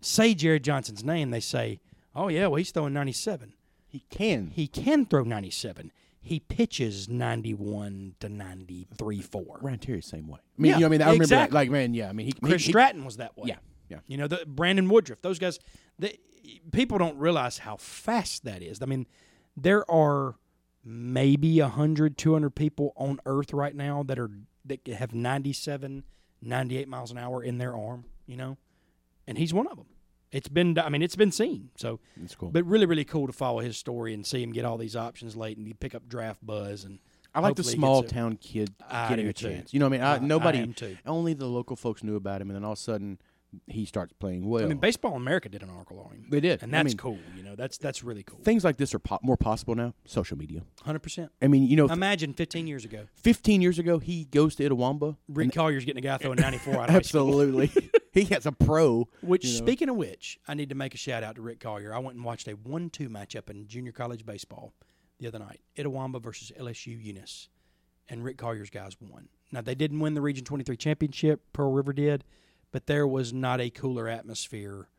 Speaker 2: say Jared Johnson's name, they say, "Oh yeah, well he's throwing 97."
Speaker 3: He can.
Speaker 2: He can throw 97. He pitches 91 to 93 4.
Speaker 3: Ryan Terry's the same way. I mean,
Speaker 2: Yeah,
Speaker 3: you know, I mean, I remember that.
Speaker 2: exactly.
Speaker 3: Like, man, yeah. I mean, he.
Speaker 2: Chris
Speaker 3: he, he-
Speaker 2: Stratton was that way.
Speaker 3: Yeah, yeah.
Speaker 2: You know, the, Brandon Woodruff, those guys, they, people don't realize how fast that is. I mean, there are maybe 100, 200 people on earth right now that are that have 97, 98 miles an hour in their arm, you know? And he's one of them. It's been I mean, it's been seen. So
Speaker 3: That's cool.
Speaker 2: But really really cool to follow his story and see him get all these options late and you pick up draft buzz and
Speaker 3: I like
Speaker 2: hopefully
Speaker 3: the
Speaker 2: he gets
Speaker 3: small
Speaker 2: it.
Speaker 3: town kid
Speaker 2: I
Speaker 3: getting
Speaker 2: do
Speaker 3: a
Speaker 2: too.
Speaker 3: chance. You know, what I mean, I,
Speaker 2: I- I
Speaker 3: nobody,
Speaker 2: am too.
Speaker 3: only the local folks knew about him, and then all of a sudden, he starts playing well.
Speaker 2: I mean, Baseball in America did an article on him.
Speaker 3: They did.
Speaker 2: and
Speaker 3: I
Speaker 2: that's
Speaker 3: mean-
Speaker 2: cool. You know, that's that's really cool.
Speaker 3: Things like this are po- more possible now. Social media.
Speaker 2: Hundred percent.
Speaker 3: I mean, you know,
Speaker 2: Imagine 15 years ago,
Speaker 3: 15 years ago, he goes to Itawamba.
Speaker 2: Rick Collier's getting a guy throwing 94 out of high school.
Speaker 3: Absolutely, he gets a pro.
Speaker 2: Which,
Speaker 3: you know.
Speaker 2: speaking of which, I need to make a shout out to Rick Collier. I went and watched a one-two matchup in junior college baseball the other night, Itawamba versus LSU Eunice, and Rick Collier's guys won. Now they didn't win the Region 23 championship. Pearl River did, but there was not a cooler atmosphere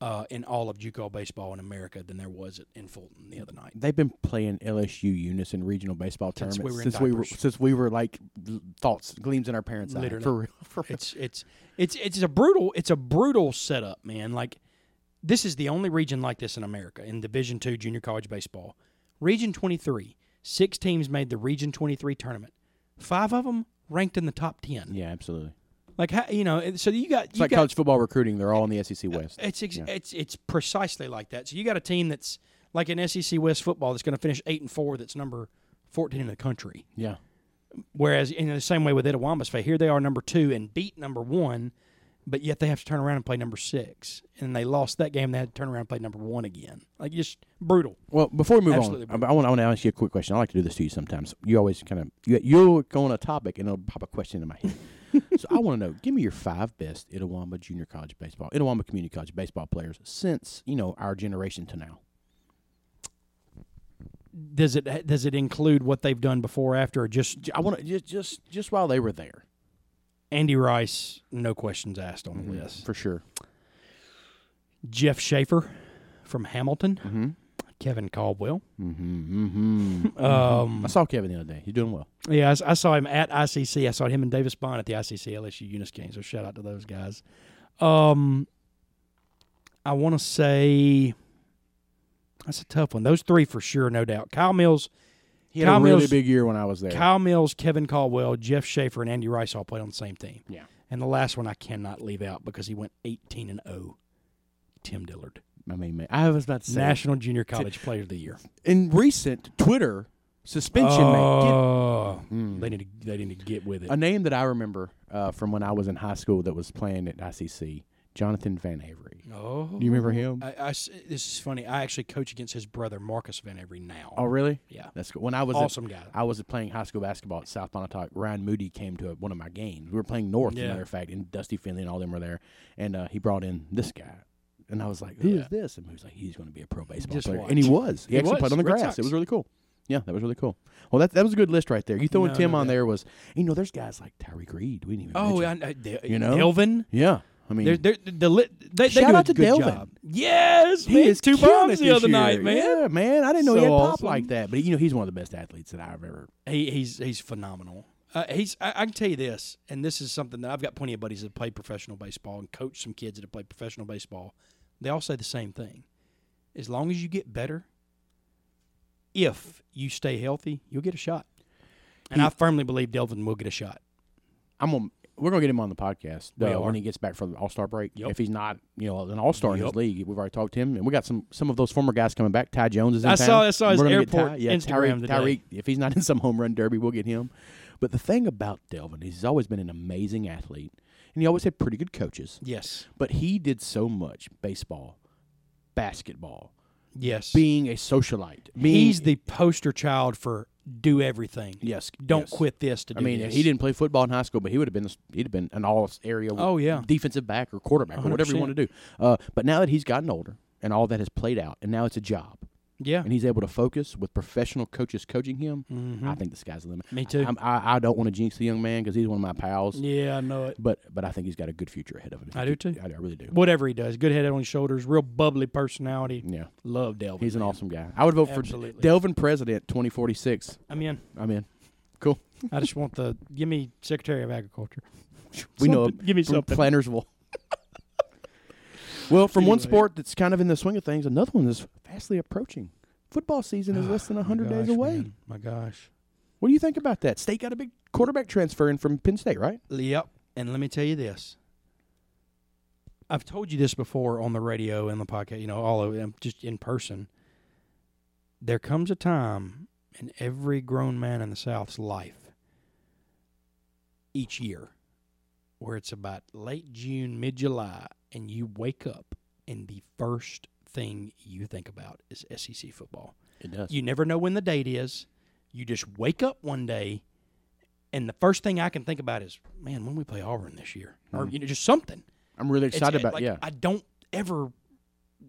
Speaker 2: uh, in all of JUCO baseball in America than there was at, in Fulton the other night.
Speaker 3: They've been playing LSU units in regional baseball
Speaker 2: Since
Speaker 3: tournaments
Speaker 2: we were in
Speaker 3: since we were
Speaker 2: diapers.
Speaker 3: since we were like l- thoughts gleams in our parents' eye.
Speaker 2: Literally.
Speaker 3: For real, for real.
Speaker 2: it's it's it's it's a brutal it's a brutal setup, man. Like this is the only region like this in America in Division 2 junior college baseball. Region 23, 6 teams made the Region 23 tournament. 5 of them ranked in the top 10.
Speaker 3: Yeah, absolutely.
Speaker 2: Like how, you know, so you got
Speaker 3: It's
Speaker 2: you
Speaker 3: like
Speaker 2: got
Speaker 3: college football recruiting. They're all in the SEC West.
Speaker 2: it's ex- it's it's precisely like that. So you got a team that's like an SEC West football that's going to finish 8 and 4 that's number 14 in the country.
Speaker 3: Yeah,
Speaker 2: Whereas in the same way with Itawamba's fate, here they are number two and beat number one, but yet they have to turn around and play number six. And they lost that game. They had to turn around and play number one again. Like just brutal.
Speaker 3: Well, before we move
Speaker 2: Absolutely,
Speaker 3: on, I- I want, I want to ask you a quick question. I like to do this to you sometimes. You always kind of you, you'll go on a topic and it'll pop a question in my head. so I want to know. Give me your five best Itawamba Junior College baseball, Itawamba Community College baseball players since you know our generation to now.
Speaker 2: does it does it include what they've done before, after, or just
Speaker 3: J- I want to just just just while they were there
Speaker 2: Andy Rice? No questions asked on the list.
Speaker 3: for sure.
Speaker 2: Jeff Schaefer from Hamilton. Kevin Caldwell.
Speaker 3: Mm-hmm, I saw Kevin the other day. He's doing well.
Speaker 2: Yeah, I, s- I saw him at ICC. I saw him and Davis Bond at the ICC LSU Eunice game. So shout out to those guys. Um, I want to say that's a tough one. Those three for sure, no doubt. Kyle Mills,
Speaker 3: He had
Speaker 2: Kyle
Speaker 3: a really
Speaker 2: Mills-
Speaker 3: big year when I was there.
Speaker 2: Kyle Mills, Kevin Caldwell, Jeff Schaefer, and Andy Rice all played on the same team.
Speaker 3: yeah,
Speaker 2: And the last one I cannot leave out because he went 18 and 0. Tim Dillard,
Speaker 3: I mean, man, I was about to say
Speaker 2: National Junior College Player of the Year.
Speaker 3: in recent Twitter suspension. man, get
Speaker 2: Oh, they need to they need to get with it.
Speaker 3: a name that I remember uh, from when I was in high school that was playing at ICC, Jonathan Van Avery.
Speaker 2: oh,
Speaker 3: Do you remember him?
Speaker 2: I, I s- this is funny. I actually coach against his brother Marcus Van Every now.
Speaker 3: oh, really?
Speaker 2: Yeah.
Speaker 3: That's cool. When I was at-
Speaker 2: Awesome guy.
Speaker 3: I was playing high school basketball at South Pontotoc. Ryan Moody came to one of my games. We were playing North, as
Speaker 2: Yeah.
Speaker 3: a matter of fact, and Dusty Finley and all them were there. And uh, he brought in this guy. And I was like, "Who is
Speaker 2: Yeah.
Speaker 3: this? And he was like, he's going to be a pro baseball
Speaker 2: Just
Speaker 3: player.
Speaker 2: watch.
Speaker 3: And he was. He,
Speaker 2: He
Speaker 3: actually
Speaker 2: was.
Speaker 3: played on the
Speaker 2: Red
Speaker 3: grass.
Speaker 2: Sox.
Speaker 3: It was really cool. Yeah, that was really cool. Well, that, that was a good list right there. You throwing
Speaker 2: No,
Speaker 3: Tim
Speaker 2: no
Speaker 3: on
Speaker 2: doubt.
Speaker 3: there was, you know, there's guys like Tyreek Reed. We didn't even
Speaker 2: Oh,
Speaker 3: mention.
Speaker 2: I, I, Del-
Speaker 3: You know?
Speaker 2: Delvin.
Speaker 3: Yeah. I mean,
Speaker 2: They're, they're, the lit they, they
Speaker 3: Shout
Speaker 2: do
Speaker 3: out
Speaker 2: a
Speaker 3: to
Speaker 2: good
Speaker 3: Delvin.
Speaker 2: job. Yes,
Speaker 3: He
Speaker 2: man,
Speaker 3: is
Speaker 2: two
Speaker 3: killing
Speaker 2: bombs
Speaker 3: it
Speaker 2: the
Speaker 3: this
Speaker 2: other
Speaker 3: year.
Speaker 2: night, man.
Speaker 3: Yeah, man. I didn't know he had
Speaker 2: So
Speaker 3: pop
Speaker 2: awesome.
Speaker 3: like that. But you know, he's one of the best athletes that I've ever.
Speaker 2: He, he's he's phenomenal. Uh, he's I, I can tell you this, and this is something that I've got plenty of buddies that have played professional baseball and coached some kids that have played professional baseball. They all say the same thing: as long as you get better, if you stay healthy, you'll get a shot. And I firmly believe Delvin will get a shot.
Speaker 3: I'm gonna. We're gonna get him on the podcast
Speaker 2: We
Speaker 3: uh,
Speaker 2: are.
Speaker 3: when he gets back for the All Star break.
Speaker 2: Yep.
Speaker 3: If he's not, you know, an All Star in his
Speaker 2: Yep.
Speaker 3: league, we've already talked to him, and we got some some of those former guys coming back. Ty Jones is. In
Speaker 2: I
Speaker 3: town.
Speaker 2: saw- I saw his
Speaker 3: We're gonna get
Speaker 2: airport
Speaker 3: Ty. Yeah,
Speaker 2: Instagram
Speaker 3: Tyreek,
Speaker 2: today.
Speaker 3: Tyreek. If he's not in some home run derby, we'll get him. But the thing about Delvin is he's always been an amazing athlete, and he always had pretty good coaches.
Speaker 2: Yes,
Speaker 3: But he did so much baseball, basketball,
Speaker 2: yes.
Speaker 3: being a socialite. Being,
Speaker 2: He's the poster child for do everything.
Speaker 3: yes.
Speaker 2: Don't
Speaker 3: yes.
Speaker 2: quit this to do
Speaker 3: I mean,
Speaker 2: this.
Speaker 3: he didn't play football in high school, but he would have been he'd have been an all area.
Speaker 2: Oh, yeah.
Speaker 3: defensive back or quarterback or whatever you want to do. Uh, but now that he's gotten older and all that has played out, and now it's a job,
Speaker 2: Yeah.
Speaker 3: and he's able to focus with professional coaches coaching him. I think the sky's the limit.
Speaker 2: Mm-hmm. Me too.
Speaker 3: I, I, I don't want to jinx the young man because he's one of my pals.
Speaker 2: yeah, I know it.
Speaker 3: But but I think he's got a good future ahead of him.
Speaker 2: I do too.
Speaker 3: I, I really do.
Speaker 2: Whatever he does, good head on his shoulders, real bubbly personality.
Speaker 3: Yeah,
Speaker 2: Love Delvin.
Speaker 3: he's an awesome guy. I would vote for
Speaker 2: Absolutely.
Speaker 3: Delvin President twenty forty six.
Speaker 2: I mean,
Speaker 3: I'm in. Cool.
Speaker 2: I just want the give me Secretary of Agriculture.
Speaker 3: We know
Speaker 2: Something.
Speaker 3: him.
Speaker 2: Give me
Speaker 3: from
Speaker 2: something.
Speaker 3: Plantersville. well, from one
Speaker 2: Anyway.
Speaker 3: sport that's kind of in the swing of things, another one is fastly approaching. Football season
Speaker 2: Ah,
Speaker 3: is less than 100 days away.
Speaker 2: My gosh.
Speaker 3: What do you think about that? State got a big quarterback transfer in from Penn State, right?
Speaker 2: Yep. And let me tell you this. I've told you this before on the radio and the podcast, you know, all of them, just in person. There comes a time in every grown man in the South's life each year where it's about late June, mid July, and you wake up and the first thing you think about is SEC football.
Speaker 3: It does.
Speaker 2: You never know when the date is. You just wake up one day, and the first thing I can think about is, man, when we play Auburn this year, or you know, just something.
Speaker 3: I'm really
Speaker 2: It's-
Speaker 3: Hmm. excited
Speaker 2: it-
Speaker 3: about
Speaker 2: like,
Speaker 3: yeah.
Speaker 2: I don't ever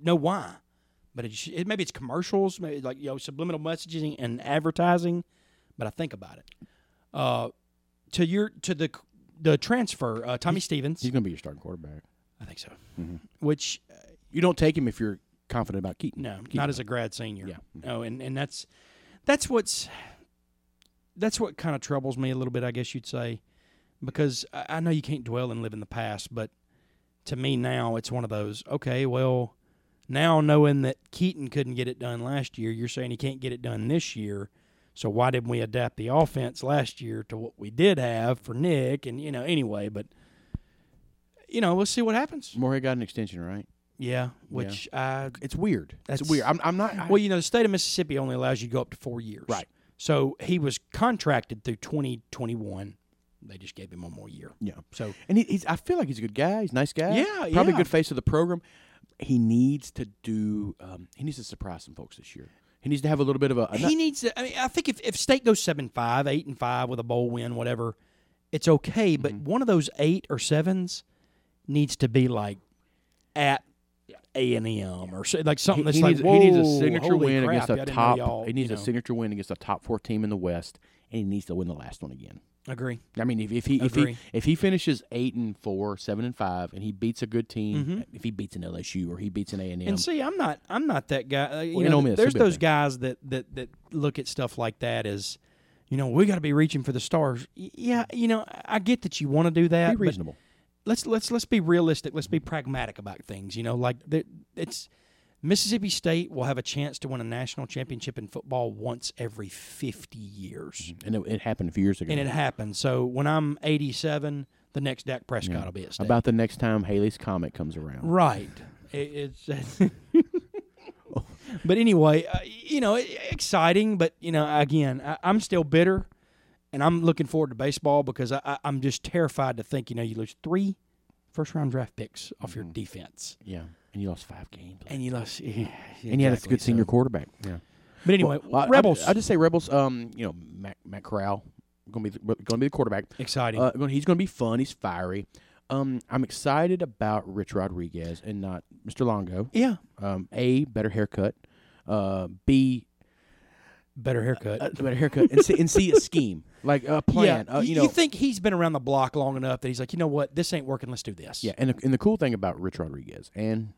Speaker 2: know why, but it, it maybe it's commercials, maybe like you know, subliminal messaging and advertising, but I think about it. Uh, to your to the the transfer, uh, Tommy Stevens,
Speaker 3: He's going to be your starting quarterback.
Speaker 2: I think so.
Speaker 3: Mm-hmm.
Speaker 2: Which
Speaker 3: You don't take him if you're confident about Keaton.
Speaker 2: No,
Speaker 3: Keaton.
Speaker 2: not as a grad senior.
Speaker 3: Yeah.
Speaker 2: No, and, and that's that's what's that's what kind of troubles me a little bit, I guess you'd say, because I, I know you can't dwell and live in the past, but to me now it's one of those. Okay, well, now knowing that Keaton couldn't get it done last year, you're saying he can't get it done this year. So why didn't we adapt the offense last year to what we did have for Nick? And you know, anyway, but you know, we'll see what happens.
Speaker 3: Moorhead got an extension, right?
Speaker 2: Yeah, which I
Speaker 3: It's weird.
Speaker 2: That's-
Speaker 3: it's weird. I'm, I'm not. I-
Speaker 2: well, you know, the state of Mississippi only allows you to go up to four years.
Speaker 3: Right.
Speaker 2: So he was contracted through 2021. They just gave him one more year.
Speaker 3: yeah.
Speaker 2: So
Speaker 3: And he, he's, I feel like he's a good guy. He's a nice guy.
Speaker 2: Yeah,
Speaker 3: probably a
Speaker 2: yeah.
Speaker 3: good face of the program. He needs to do. Um, he needs to surprise some folks this year. He needs to have a little bit of a. a
Speaker 2: he needs. To, I mean, I think if, if state goes seven five, eight and five with a bowl win, whatever, it's okay.
Speaker 3: Mm-hmm.
Speaker 2: But one of those eight or sevens needs to be like at A and M or so- like something
Speaker 3: He-
Speaker 2: that's
Speaker 3: he,
Speaker 2: like
Speaker 3: needs, he needs a
Speaker 2: "Whoa,
Speaker 3: signature
Speaker 2: holy
Speaker 3: win
Speaker 2: crap,
Speaker 3: against
Speaker 2: I
Speaker 3: a
Speaker 2: didn't know
Speaker 3: top.
Speaker 2: y'all,"
Speaker 3: He needs
Speaker 2: you
Speaker 3: a
Speaker 2: know.
Speaker 3: signature win against a top four team in the West, and he needs to win the last one again.
Speaker 2: Agree.
Speaker 3: I mean, if, if he if
Speaker 2: Agree.
Speaker 3: he if he finishes eight and four, seven and five, and he beats a good team, if he beats an LSU or he beats an A and M,
Speaker 2: Mm-hmm. And see, I'm not I'm not that guy. Uh, you
Speaker 3: Well,
Speaker 2: know,
Speaker 3: Ole Miss,
Speaker 2: there's
Speaker 3: they've been
Speaker 2: those
Speaker 3: there.
Speaker 2: guys that that that look at stuff like that as, you know, we got to be reaching for the stars. Y- Yeah, you know, I- I get that you want to do that.
Speaker 3: be
Speaker 2: but
Speaker 3: reasonable.
Speaker 2: let's let's let's be realistic. Let's be pragmatic about things. You know, like there- it's Mississippi State will have a chance to win a national championship in football once every 50 years,
Speaker 3: And it, it happened a few years ago.
Speaker 2: and it happens. So when I'm 87, the next Dak Prescott will be at stake.
Speaker 3: About the next time Haley's Comet comes around.
Speaker 2: Right. It, it's. but anyway, uh, you know, it- exciting. But you know, again, I, I'm still bitter, and I'm looking forward to baseball because I, I, I'm just terrified to think you know you lose three first round draft picks off your defense,
Speaker 3: Yeah. Mm-hmm. And you lost five games.
Speaker 2: and you lost. Yeah,
Speaker 3: and you had a
Speaker 2: exactly,
Speaker 3: good senior
Speaker 2: so-
Speaker 3: quarterback. Yeah.
Speaker 2: But anyway,
Speaker 3: Well, I-
Speaker 2: Rebels.
Speaker 3: I, I just say Rebels. Um, you know, Matt, Matt Corral going to be the, going to be the quarterback.
Speaker 2: exciting.
Speaker 3: Uh, he's going to be fun. He's fiery. Um, I'm excited about Rich Rodriguez and not Mr. Longo.
Speaker 2: yeah,
Speaker 3: Um, a better haircut. Uh, B
Speaker 2: better haircut.
Speaker 3: a better haircut and C, and C a scheme like a uh, plan.
Speaker 2: yeah,
Speaker 3: uh,
Speaker 2: y-
Speaker 3: you know.
Speaker 2: think he's been around the block long enough that he's like, you know what, this ain't working. Let's do this.
Speaker 3: yeah, and the, and the cool thing about Rich Rodriguez and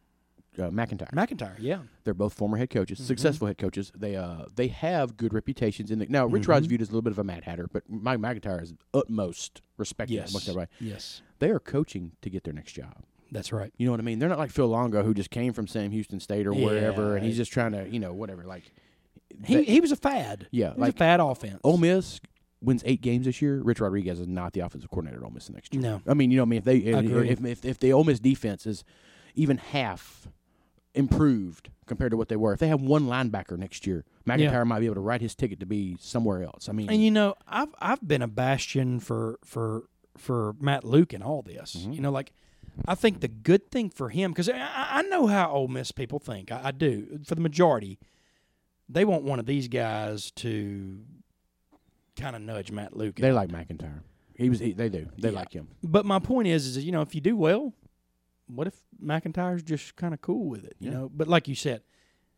Speaker 3: uh, McIntyre,
Speaker 2: McIntyre. Yeah,
Speaker 3: they're both former head coaches,
Speaker 2: Mm-hmm.
Speaker 3: successful head coaches. They uh they have good reputations in the now. Rich
Speaker 2: Mm-hmm.
Speaker 3: Rod's viewed as a little bit of a mad hatter, but Mike McIntyre is utmost respected
Speaker 2: Yes.
Speaker 3: amongst everybody.
Speaker 2: yes,
Speaker 3: They are coaching to get their next job.
Speaker 2: that's right.
Speaker 3: You know what I mean? They're not like Phil Longo who just came from Sam Houston State or wherever, and
Speaker 2: Yeah.
Speaker 3: he's just trying to you know whatever. Like
Speaker 2: He, he was a fad.
Speaker 3: Yeah,
Speaker 2: he was
Speaker 3: like-
Speaker 2: a fad offense.
Speaker 3: Ole Miss wins eight games this year. Rich Rodriguez is not the offensive coordinator at Ole Miss next year.
Speaker 2: No.
Speaker 3: I mean you know what I mean if they
Speaker 2: Agreed.
Speaker 3: if, if if the Ole Miss defense is even half improved compared to what they were, if they have one linebacker next year, McIntyre
Speaker 2: Yeah.
Speaker 3: might be able to write his ticket to be somewhere else. I mean,
Speaker 2: and you know, I've I've been a bastion for for for Matt Luke and all this.
Speaker 3: Mm-hmm.
Speaker 2: You know, like I think the good thing for him because I, I I know how Ole Miss people think. I, I do for the majority. They want one of these guys to kind of nudge Matt Luke.
Speaker 3: they like McIntyre. He was he, they do they
Speaker 2: Yeah.
Speaker 3: like him.
Speaker 2: But my point is, is you know, if you do well, what if McIntyre's just kind of cool with it? You
Speaker 3: Yeah.
Speaker 2: know, but like you said,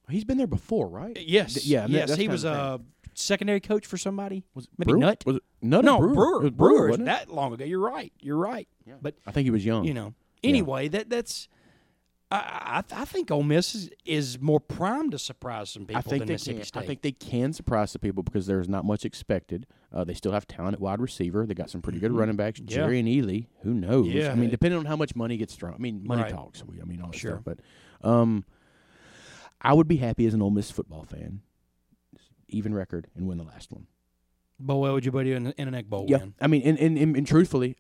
Speaker 3: He's been there before, right?
Speaker 2: Uh, yes,
Speaker 3: Th- yeah, I mean,
Speaker 2: yes,
Speaker 3: that's
Speaker 2: he
Speaker 3: kind
Speaker 2: was uh,
Speaker 3: of the
Speaker 2: a secondary coach for somebody.
Speaker 3: Was it
Speaker 2: maybe
Speaker 3: Brewer?
Speaker 2: Nutt?
Speaker 3: Was it Nutt or
Speaker 2: no,
Speaker 3: Brewer?
Speaker 2: Brewer,
Speaker 3: It was
Speaker 2: Brewer,
Speaker 3: Brewer,
Speaker 2: was
Speaker 3: wasn't it?
Speaker 2: that long ago. You're right. You're right. But
Speaker 3: I think he was young.
Speaker 2: you know, anyway, that that's. I, I I think Ole Miss is, is more primed to surprise some people
Speaker 3: I think
Speaker 2: than
Speaker 3: they
Speaker 2: Mississippi
Speaker 3: can.
Speaker 2: State.
Speaker 3: I think they can surprise the people because there's not much expected. Uh, they still have talent at wide receiver. They got some pretty good running backs. Jerry and Ely. Who knows?
Speaker 2: Mm-hmm. Yeah.
Speaker 3: I mean, depending on how much money gets thrown. I mean, money
Speaker 2: Right.
Speaker 3: talks. We, I mean, all that
Speaker 2: Sure.
Speaker 3: stuff. But um, I would be happy as an Ole Miss football fan, even record and win the last one.
Speaker 2: bowl eligibility in, in an egg bowl
Speaker 3: Yeah.
Speaker 2: win.
Speaker 3: I mean, and, and, and, and truthfully.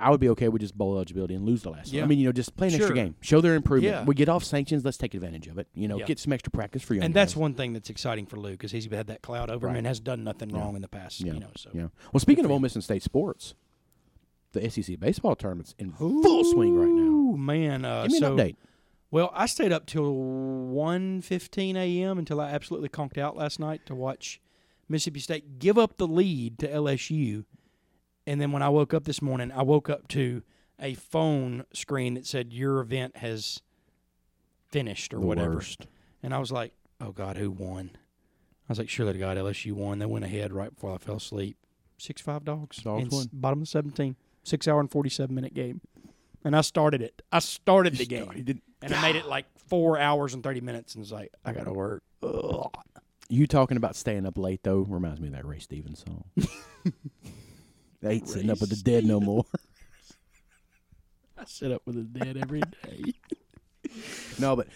Speaker 3: I would be okay with just bowl eligibility and lose the last
Speaker 2: Yeah.
Speaker 3: one. I mean, you know, just play an
Speaker 2: Sure.
Speaker 3: extra game, show their improvement.
Speaker 2: Yeah.
Speaker 3: We get off sanctions, let's take advantage of it. You know,
Speaker 2: Yeah.
Speaker 3: get some extra practice for young
Speaker 2: And that's
Speaker 3: guys.
Speaker 2: one thing that's exciting for Luke because he's had that cloud over him
Speaker 3: Right.
Speaker 2: and has done nothing wrong in the past. You know, so
Speaker 3: Yeah. Well, speaking of
Speaker 2: for
Speaker 3: Ole
Speaker 2: you.
Speaker 3: Miss and state sports, the SEC baseball tournament's in full swing right now.
Speaker 2: Ooh, man. Uh,
Speaker 3: Give me
Speaker 2: so,
Speaker 3: an update.
Speaker 2: Well, I stayed up till 1.15 a.m. until I absolutely conked out last night to watch Mississippi State give up the lead to LSU. And then when I woke up this morning, I woke up to a phone screen that said your event has finished or whatever. And I was like, oh God, who won? I was like, surely to God, LSU won. They went ahead right before I fell asleep. Six five dogs.
Speaker 3: Dogs
Speaker 2: And s-
Speaker 3: won.
Speaker 2: Bottom of seventeen. Six hour and forty seven minute game. And I started it. I started the game. And I made it like four hours and thirty minutes and was like, I gotta work. Ugh.
Speaker 3: You talking about staying up late though reminds me of that Ray Stevens song. they ain't sitting up with the dead no more.
Speaker 2: I sit up with the dead every day.
Speaker 3: no, but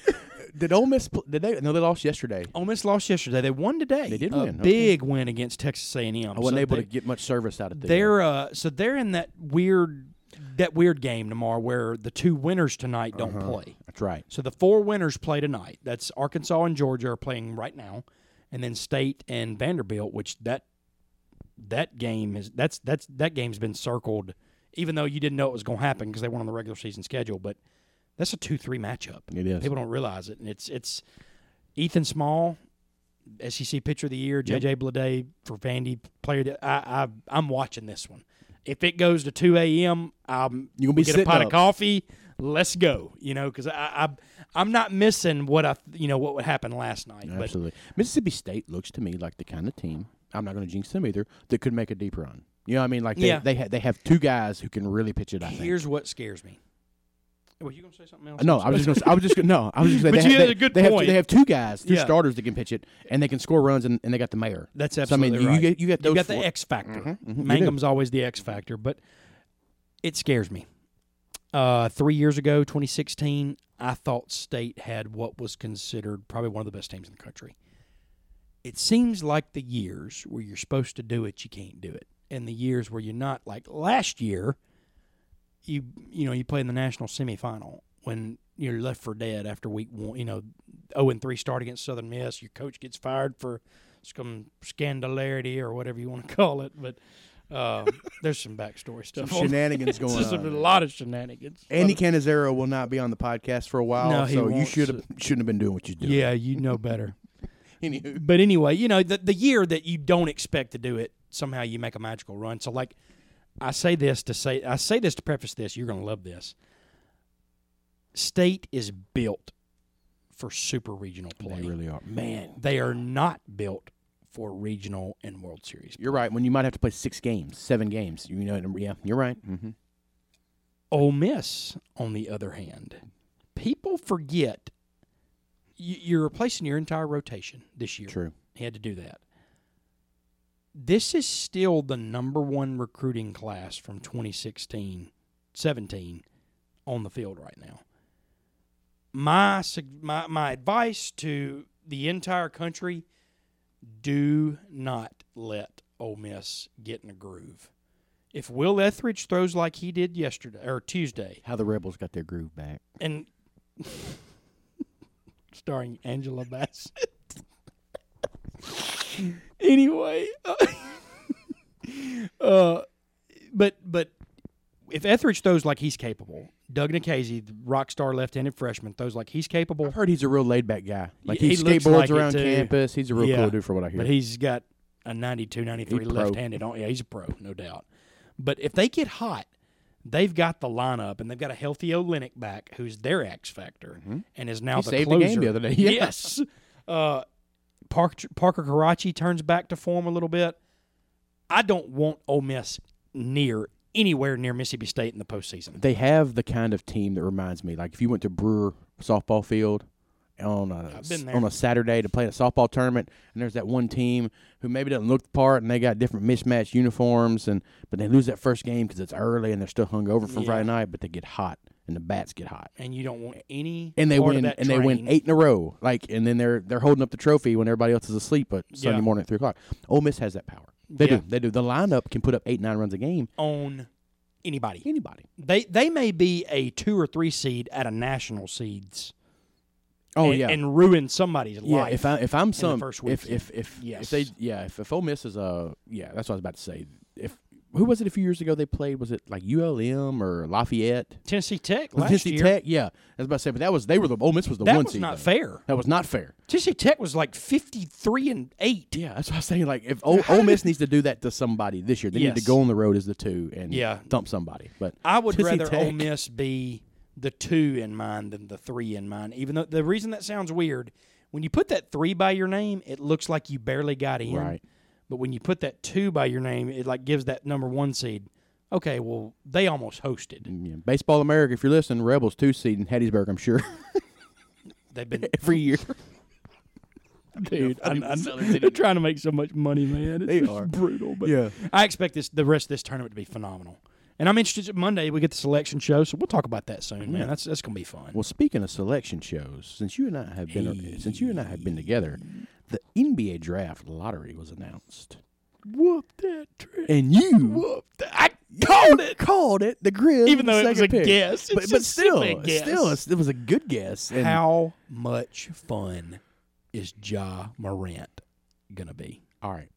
Speaker 3: did Ole Miss? pl- Did they? No, they lost yesterday.
Speaker 2: Ole Miss lost yesterday. They won today.
Speaker 3: They did
Speaker 2: a
Speaker 3: win, okay.
Speaker 2: Big win against Texas A and M.
Speaker 3: I wasn't able to get much service out of them.
Speaker 2: They're uh, so they're in that weird that weird game tomorrow where the two winners tonight don't play.
Speaker 3: That's right.
Speaker 2: So the four winners play tonight. That's Arkansas and Georgia are playing right now, and then State and Vanderbilt, which that that game is that's that's that game's been circled, even though you didn't know it was going to happen because they weren't on the regular season schedule. But that's a two three matchup.
Speaker 3: It is.
Speaker 2: People don't realize it, and it's it's Ethan Small, SEC Pitcher of the Year, JJ Blade for Vandy Player. That I, I I'm watching this one. If it goes to two a.m., I'm
Speaker 3: You gonna be
Speaker 2: get a
Speaker 3: sitting
Speaker 2: pot of
Speaker 3: up.
Speaker 2: coffee. let's go. You know, because I, I I'm not missing what I you know what would happen last night. But
Speaker 3: Absolutely. Mississippi State looks to me like the kind of team, I'm not going to jinx them either, that could make a deep run. You know what I mean? Like they
Speaker 2: Yeah.
Speaker 3: they, ha- they have two guys who can really pitch it, I think. Uh,
Speaker 2: here's what scares me. Were you gonna say something else?
Speaker 3: No, I was just going to. I was just gonna, no. I was just. Gonna,
Speaker 2: But
Speaker 3: they
Speaker 2: you
Speaker 3: have,
Speaker 2: had
Speaker 3: they,
Speaker 2: a good
Speaker 3: they Have,
Speaker 2: point.
Speaker 3: they have two guys, two
Speaker 2: Yeah.
Speaker 3: starters that can pitch it, and they can score runs, and, and they got the mayor.
Speaker 2: That's
Speaker 3: So, I mean,
Speaker 2: absolutely
Speaker 3: you
Speaker 2: right.
Speaker 3: get- you got those
Speaker 2: got the
Speaker 3: four-
Speaker 2: X factor.
Speaker 3: mhm, you do.
Speaker 2: Mangum's always the X factor, but it scares me. Uh, three years ago, 2016, I thought State had what was considered probably one of the best teams in the country. It seems like the years where you're supposed to do it, you can't do it, and the years where you're not, like last year, you you know you play in the national semifinal when you're left for dead after week one. You know, zero and three start against Southern Miss. Your coach gets fired for some scandalarity or whatever you want to call it. But uh, there's some backstory stuff. on that.
Speaker 3: shenanigans
Speaker 2: It's
Speaker 3: going
Speaker 2: just
Speaker 3: on.
Speaker 2: a lot of shenanigans.
Speaker 3: Andy Canizero will not be on the podcast for a while,
Speaker 2: No, he
Speaker 3: so you
Speaker 2: won't.
Speaker 3: should have shouldn't have been doing what you do.
Speaker 2: yeah, you know better.
Speaker 3: Anywho,
Speaker 2: but anyway, you know, the, the year that you don't expect to do it, somehow you make a magical run. So, like, I say this to say, I say this to preface this. You're going to love this. State is built for super regional play.
Speaker 3: they really are. Man,
Speaker 2: They are not built for regional and World Series.
Speaker 3: you're right. When you might have to play six games, seven games, you know. Yeah, you're right. Mm-hmm.
Speaker 2: Ole Miss, on the other hand, people forget y- you're replacing your entire rotation this year.
Speaker 3: True.
Speaker 2: He had to do that. This is still the number one recruiting class from 2016 17 on the field right now. My, sug- my, my advice to the entire country do not let Ole Miss get in a groove. If Will Etheridge throws like he did yesterday or Tuesday,
Speaker 3: How the Rebels got their groove back.
Speaker 2: and starring Angela Bassett. anyway, uh, but but if Etheridge throws like he's capable, Doug Nikhazy, the rock star left-handed freshman, throws like he's capable.
Speaker 3: I've heard he's a real laid back guy. Like
Speaker 2: Yeah,
Speaker 3: he,
Speaker 2: he looks
Speaker 3: skateboards
Speaker 2: like it,
Speaker 3: around
Speaker 2: too.
Speaker 3: campus. He's a real
Speaker 2: Yeah.
Speaker 3: cool dude, for what I hear.
Speaker 2: But he's got a 92, 93
Speaker 3: He's pro.
Speaker 2: left-handed. On, yeah, he's a pro, no doubt. But if they get hot, they've got the lineup, and they've got a healthy Olenek back, who's their X factor, and is now
Speaker 3: Mm-hmm. He
Speaker 2: the
Speaker 3: saved the
Speaker 2: closer.
Speaker 3: game the other day. Yeah.
Speaker 2: Yes. Uh, Park, Parker Karachi turns back to form a little bit. I don't want Ole Miss near anywhere near Mississippi State in the postseason.
Speaker 3: they have the kind of team that reminds me. Like if you went to Brewer softball field on a
Speaker 2: I've been there.
Speaker 3: on a Saturday to play a softball tournament, and there's that one team who maybe doesn't look the part, and they got different mismatched uniforms, and but they lose that first game because it's early and they're still hungover from
Speaker 2: Yeah.
Speaker 3: Friday night, but they get hot and the bats get hot.
Speaker 2: And you don't want any
Speaker 3: And they
Speaker 2: part of
Speaker 3: win,
Speaker 2: that
Speaker 3: and they win
Speaker 2: train.
Speaker 3: eight in a row. Like, and then they're they're holding up the trophy when everybody else is asleep. But Sunday
Speaker 2: Yeah.
Speaker 3: morning at three o'clock, Ole Miss has that power. They
Speaker 2: Yeah.
Speaker 3: do, they do. The lineup can put up eight, nine runs a game.
Speaker 2: on anybody.
Speaker 3: Anybody.
Speaker 2: They they may be a two or three seed out of national seeds.
Speaker 3: Oh
Speaker 2: and,
Speaker 3: yeah,
Speaker 2: and ruin somebody's
Speaker 3: Yeah,
Speaker 2: life.
Speaker 3: if I if I'm some
Speaker 2: first
Speaker 3: if
Speaker 2: weekend.
Speaker 3: if if, if
Speaker 2: Yes.
Speaker 3: they yeah if, if Ole Miss is a yeah that's what I was about to say if who was it a few years ago they played was it like ULM or Lafayette
Speaker 2: Tennessee Tech
Speaker 3: Was it
Speaker 2: last
Speaker 3: Tennessee
Speaker 2: year,
Speaker 3: Tech yeah I was about to say but that was they were the Ole Miss was the
Speaker 2: that
Speaker 3: one
Speaker 2: was
Speaker 3: seed
Speaker 2: not
Speaker 3: though.
Speaker 2: fair.
Speaker 3: that was not fair
Speaker 2: Tennessee Tech was like fifty three and eight.
Speaker 3: yeah that's what I was saying like if Ole, Ole Miss needs to do that to somebody this year they need
Speaker 2: Yes.
Speaker 3: to go on the road as the two and
Speaker 2: Yeah.
Speaker 3: thump somebody but
Speaker 2: I would
Speaker 3: Tennessee
Speaker 2: rather Ole
Speaker 3: Tech-
Speaker 2: Miss be the two in mind than the three in mind. Even though the reason that sounds weird, when you put that three by your name, it looks like you barely got in.
Speaker 3: Right.
Speaker 2: But when you put that two by your name, it like gives that number one seed. Okay, well they almost hosted.
Speaker 3: yeah, baseball America if you're listening Rebels two seed in Hattiesburg I'm sure
Speaker 2: They've been
Speaker 3: every year
Speaker 2: dude. I'm, I'm- they're trying to make so much money, man. It's
Speaker 3: They
Speaker 2: just
Speaker 3: are.
Speaker 2: brutal. But
Speaker 3: Yeah.
Speaker 2: I expect this the rest of this tournament to be phenomenal. And I'm interested. Monday we get the selection show, so we'll talk about that soon, man. That's that's gonna be fun.
Speaker 3: Well, speaking of selection shows, since you and I have been since you and I have been together, the NBA draft lottery was announced,
Speaker 2: Whoop that trick!
Speaker 3: and you
Speaker 2: I called it.
Speaker 3: called it the Grizz,
Speaker 2: Even though it was
Speaker 3: second
Speaker 2: a
Speaker 3: pick.
Speaker 2: guess, it's
Speaker 3: but, but
Speaker 2: just
Speaker 3: still,
Speaker 2: simply a guess.
Speaker 3: still, it's- it was a good guess. And
Speaker 2: How much fun is Ja Morant gonna be?
Speaker 3: all right,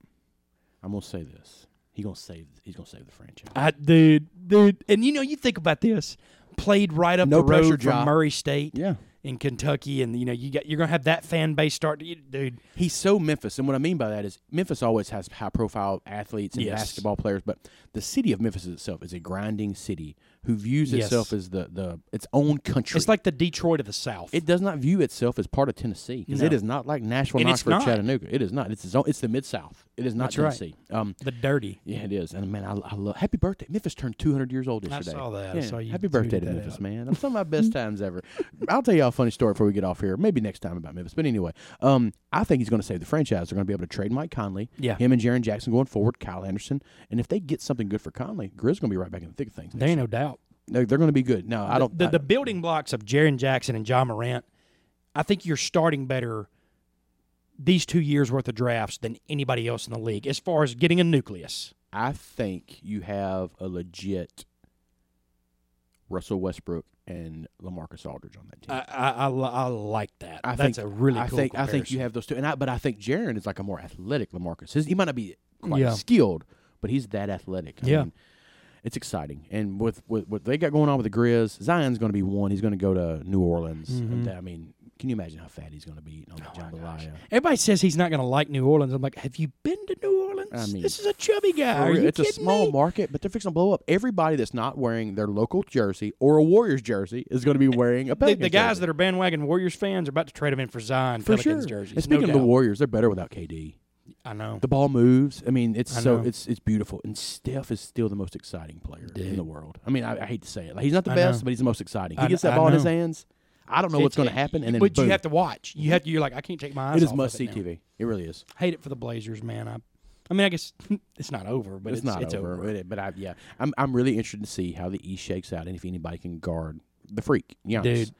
Speaker 3: I'm gonna say this. He gonna save. He's gonna save the franchise.
Speaker 2: I, dude, dude, and you know, you think about this. Played right up
Speaker 3: No
Speaker 2: the road
Speaker 3: pressure,
Speaker 2: from
Speaker 3: Ja.
Speaker 2: Murray State,
Speaker 3: Yeah.
Speaker 2: in Kentucky, and you know, you got you're gonna have that fan base start. To, dude,
Speaker 3: He's so Memphis, and what I mean by that is Memphis always has high-profile athletes and
Speaker 2: Yes.
Speaker 3: basketball players, but the city of Memphis itself is a grinding city who views
Speaker 2: Yes.
Speaker 3: itself as the, the its own country.
Speaker 2: It's like the Detroit of the South.
Speaker 3: it does not view itself as part of Tennessee because it
Speaker 2: No.
Speaker 3: is not like Nashville,
Speaker 2: And it's
Speaker 3: Knoxville,
Speaker 2: not.
Speaker 3: Chattanooga. It is not. It's its own, It's the Mid South. It is not
Speaker 2: That's right.
Speaker 3: Tennessee. Um,
Speaker 2: the dirty.
Speaker 3: yeah, it is. And man, I, I love. Happy birthday! Memphis turned 200 years old
Speaker 2: I
Speaker 3: yesterday.
Speaker 2: saw that. I
Speaker 3: Yeah,
Speaker 2: saw you
Speaker 3: happy birthday
Speaker 2: tweeted
Speaker 3: to
Speaker 2: that
Speaker 3: Memphis,
Speaker 2: out.
Speaker 3: man. That's some of my best times ever. I'll tell y'all a funny story before we get off here. Maybe next time about Memphis. But anyway, um, I think he's going to save the franchise. They're going to be able to trade Mike Conley.
Speaker 2: Yeah.
Speaker 3: Him and Jaron Jackson going forward. Kyle Anderson. And if they get something good for Conley, Grizz going to be right back in the thick of things.
Speaker 2: There ain't no doubt.
Speaker 3: They're, they're going to be good. No, I don't.
Speaker 2: The,
Speaker 3: I-
Speaker 2: the building blocks of Jaron Jackson and John Morant, I think you're starting better these two years worth of drafts than anybody else in the league as far as getting a nucleus.
Speaker 3: I think you have a legit Russell Westbrook and LaMarcus Aldridge on that team.
Speaker 2: I, I, I, li- I like that.
Speaker 3: I
Speaker 2: That's
Speaker 3: think,
Speaker 2: a really
Speaker 3: I
Speaker 2: cool
Speaker 3: think I
Speaker 2: comparison.
Speaker 3: think you have those two, and I but I think Jaron is like a more athletic Lamarcus. His, he might not be quite
Speaker 2: Yeah.
Speaker 3: skilled, but he's that athletic. I
Speaker 2: Yeah.
Speaker 3: mean, it's exciting, and with, with what they got going on with the Grizz, Zion's going to be one. He's going to go to New Orleans.
Speaker 2: Mm-hmm.
Speaker 3: And I mean, can you imagine how fat he's going to be eating on
Speaker 2: Oh
Speaker 3: the jambalaya?
Speaker 2: Everybody says he's not going to like New Orleans. I'm like, have you been to New Orleans?
Speaker 3: I mean,
Speaker 2: this is a chubby guy. Are
Speaker 3: For real,
Speaker 2: you
Speaker 3: it's a
Speaker 2: kidding
Speaker 3: small
Speaker 2: me?
Speaker 3: market, but they're fixing to blow up. Everybody that's not wearing their local jersey or a Warriors jersey is going to be wearing a
Speaker 2: the,
Speaker 3: Pelicans
Speaker 2: the guys
Speaker 3: jersey.
Speaker 2: that are bandwagon Warriors fans are about to trade him in for Zion
Speaker 3: for
Speaker 2: Pelicans
Speaker 3: sure.
Speaker 2: jerseys.
Speaker 3: And speaking
Speaker 2: no
Speaker 3: of the
Speaker 2: doubt.
Speaker 3: Warriors, they're better without KD.
Speaker 2: I know.
Speaker 3: The ball moves. I mean, it's
Speaker 2: I
Speaker 3: so
Speaker 2: know.
Speaker 3: it's it's beautiful. And Steph is still the most exciting player in
Speaker 2: Dude.
Speaker 3: the world. I mean, I, I hate to say it, like he's not the
Speaker 2: I
Speaker 3: best,
Speaker 2: know.
Speaker 3: but he's the most exciting.
Speaker 2: I
Speaker 3: He gets
Speaker 2: kn-
Speaker 3: that
Speaker 2: I
Speaker 3: ball in his
Speaker 2: know.
Speaker 3: hands. I don't know what's going to
Speaker 2: It's-
Speaker 3: happen, and then
Speaker 2: but
Speaker 3: boom.
Speaker 2: you have to watch. You have to. You're like, I can't take my eyes.
Speaker 3: It is
Speaker 2: off of
Speaker 3: must see
Speaker 2: now.
Speaker 3: TV. It really is.
Speaker 2: Hate it for the Blazers, man. I, I mean, I guess it's not over, but
Speaker 3: But it's, not over, But, it- but I, yeah, I'm I'm really interested to see how the East shakes out and if anybody can guard the freak, Giannis.
Speaker 2: Dude.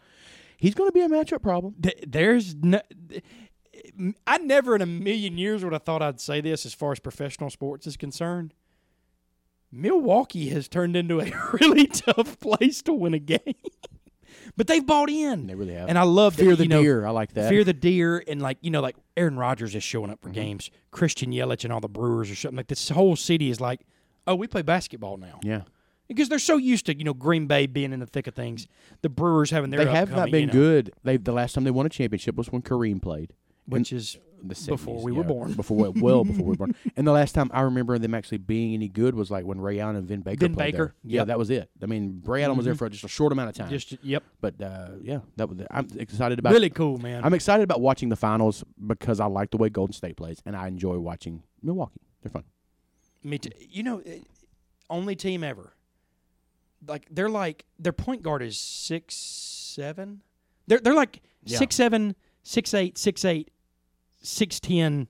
Speaker 3: He's going to be a matchup problem.
Speaker 2: Th- There's no. th- I never in a million years would have thought I'd say this as far as professional sports is concerned. Milwaukee has turned into a really tough place to win a game, but they've bought in.
Speaker 3: They really have.
Speaker 2: And I love that,
Speaker 3: Fear the
Speaker 2: you know,
Speaker 3: deer. I like that. Mm-hmm.
Speaker 2: Fear the deer, and like you know, like Aaron Rodgers is showing up for games. Christian Yelich and all the Brewers or something like this. Whole city is like, oh, we play basketball now
Speaker 3: yeah.
Speaker 2: because they're so used to you know Green Bay being in the thick of things. The Brewers having their
Speaker 3: They have not
Speaker 2: upcoming,
Speaker 3: been
Speaker 2: you know,
Speaker 3: good. They the last time they won a championship was when Kareem played.
Speaker 2: which is
Speaker 3: The
Speaker 2: Before
Speaker 3: 70s,
Speaker 2: we were
Speaker 3: yeah,
Speaker 2: born.
Speaker 3: Before well, well before we were born. And the last time I remember them actually being any good was like when Ray Allen and Vin Baker
Speaker 2: Vin
Speaker 3: played
Speaker 2: Baker,
Speaker 3: there. Yeah,
Speaker 2: yep. Mm-hmm.
Speaker 3: that was it. I mean, Ray Allen was there for just a short amount of time.
Speaker 2: just yep,
Speaker 3: but uh, yeah, that was. I'm excited about
Speaker 2: really cool, man.
Speaker 3: I'm excited about watching the finals because I like the way Golden State plays, and I enjoy watching Milwaukee. They're fun.
Speaker 2: Me too. You know, it- only team ever. Like they're like their point guard is six seven. They're they're like
Speaker 3: Yeah.
Speaker 2: six seven, six eight, six eight, six ten,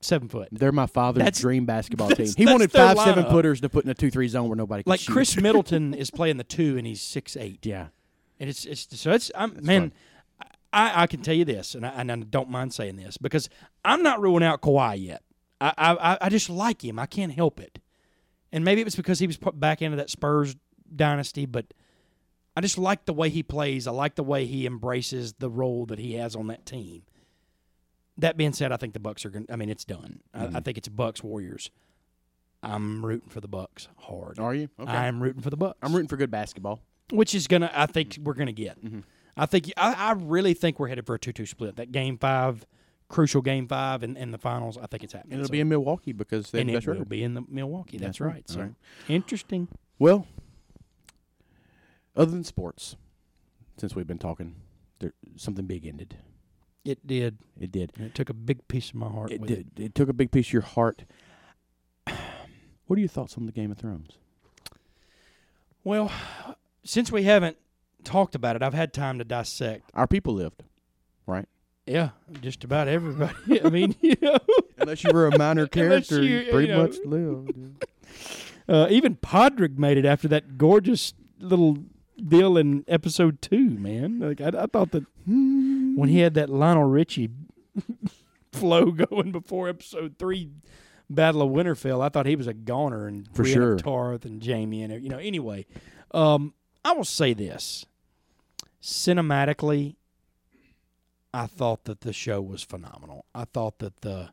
Speaker 2: seven foot.
Speaker 3: They're my father's
Speaker 2: That's-
Speaker 3: dream basketball
Speaker 2: that's-
Speaker 3: team. He
Speaker 2: that's
Speaker 3: wanted
Speaker 2: their
Speaker 3: five seven
Speaker 2: lineup.
Speaker 3: footers to put in a two three zone where nobody could
Speaker 2: Like
Speaker 3: shoot.
Speaker 2: Chris Middleton is playing the two and he's six eight.
Speaker 3: Yeah,
Speaker 2: And it's it's so it's I'm man, I, I can tell you this, and I, and I don't mind saying this because I'm not ruling out Kawhi yet. I I, I- I just like him. I can't help it, and maybe it was because he was put back into that Spurs dynasty, but I just like the way he plays. I like the way he embraces the role that he has on that team. That being said, I think the Bucks are going. to I mean, it's done.
Speaker 3: Mm-hmm.
Speaker 2: I, I think it's Bucks Warriors. I'm rooting for the Bucks hard.
Speaker 3: are you? Okay.
Speaker 2: I'm rooting for the Bucks
Speaker 3: I'm rooting for good basketball.
Speaker 2: which is gonna I
Speaker 3: Mm-hmm.
Speaker 2: think we're gonna get. I think I, I really think we're headed for a two-two split. That game five, crucial game five, and, and the finals. I think it's happening.
Speaker 3: And it'll
Speaker 2: So-
Speaker 3: be in Milwaukee because they have
Speaker 2: and
Speaker 3: the
Speaker 2: it
Speaker 3: best
Speaker 2: will
Speaker 3: record.
Speaker 2: be in the Milwaukee. That's,
Speaker 3: That's right.
Speaker 2: right.
Speaker 3: All
Speaker 2: So
Speaker 3: right.
Speaker 2: interesting.
Speaker 3: Well, other than sports, since we've been talking, there, something big ended.
Speaker 2: It did.
Speaker 3: It did.
Speaker 2: And it took a big piece of my heart.
Speaker 3: It
Speaker 2: with
Speaker 3: did. It took a big piece of your heart. What are your thoughts on the Game of Thrones?
Speaker 2: Well, since we haven't talked about it, I've had time to dissect.
Speaker 3: Our people lived, right?
Speaker 2: Yeah, just about everybody. I mean, you know,
Speaker 3: Unless you were a minor
Speaker 2: Unless
Speaker 3: character,
Speaker 2: you-
Speaker 3: you,
Speaker 2: you
Speaker 3: pretty
Speaker 2: know.
Speaker 3: much lived. yeah.
Speaker 2: uh, even Podrick made it after that gorgeous little deal in episode two. Man, like I, I thought that when he had that Lionel Richie flow going before episode three, Battle of Winterfell. I thought he was a goner and
Speaker 3: For
Speaker 2: Brienne
Speaker 3: sure.
Speaker 2: of Tarth and Jamie and you know. Anyway, um, I will say this: cinematically, I thought that the show was phenomenal. I thought that the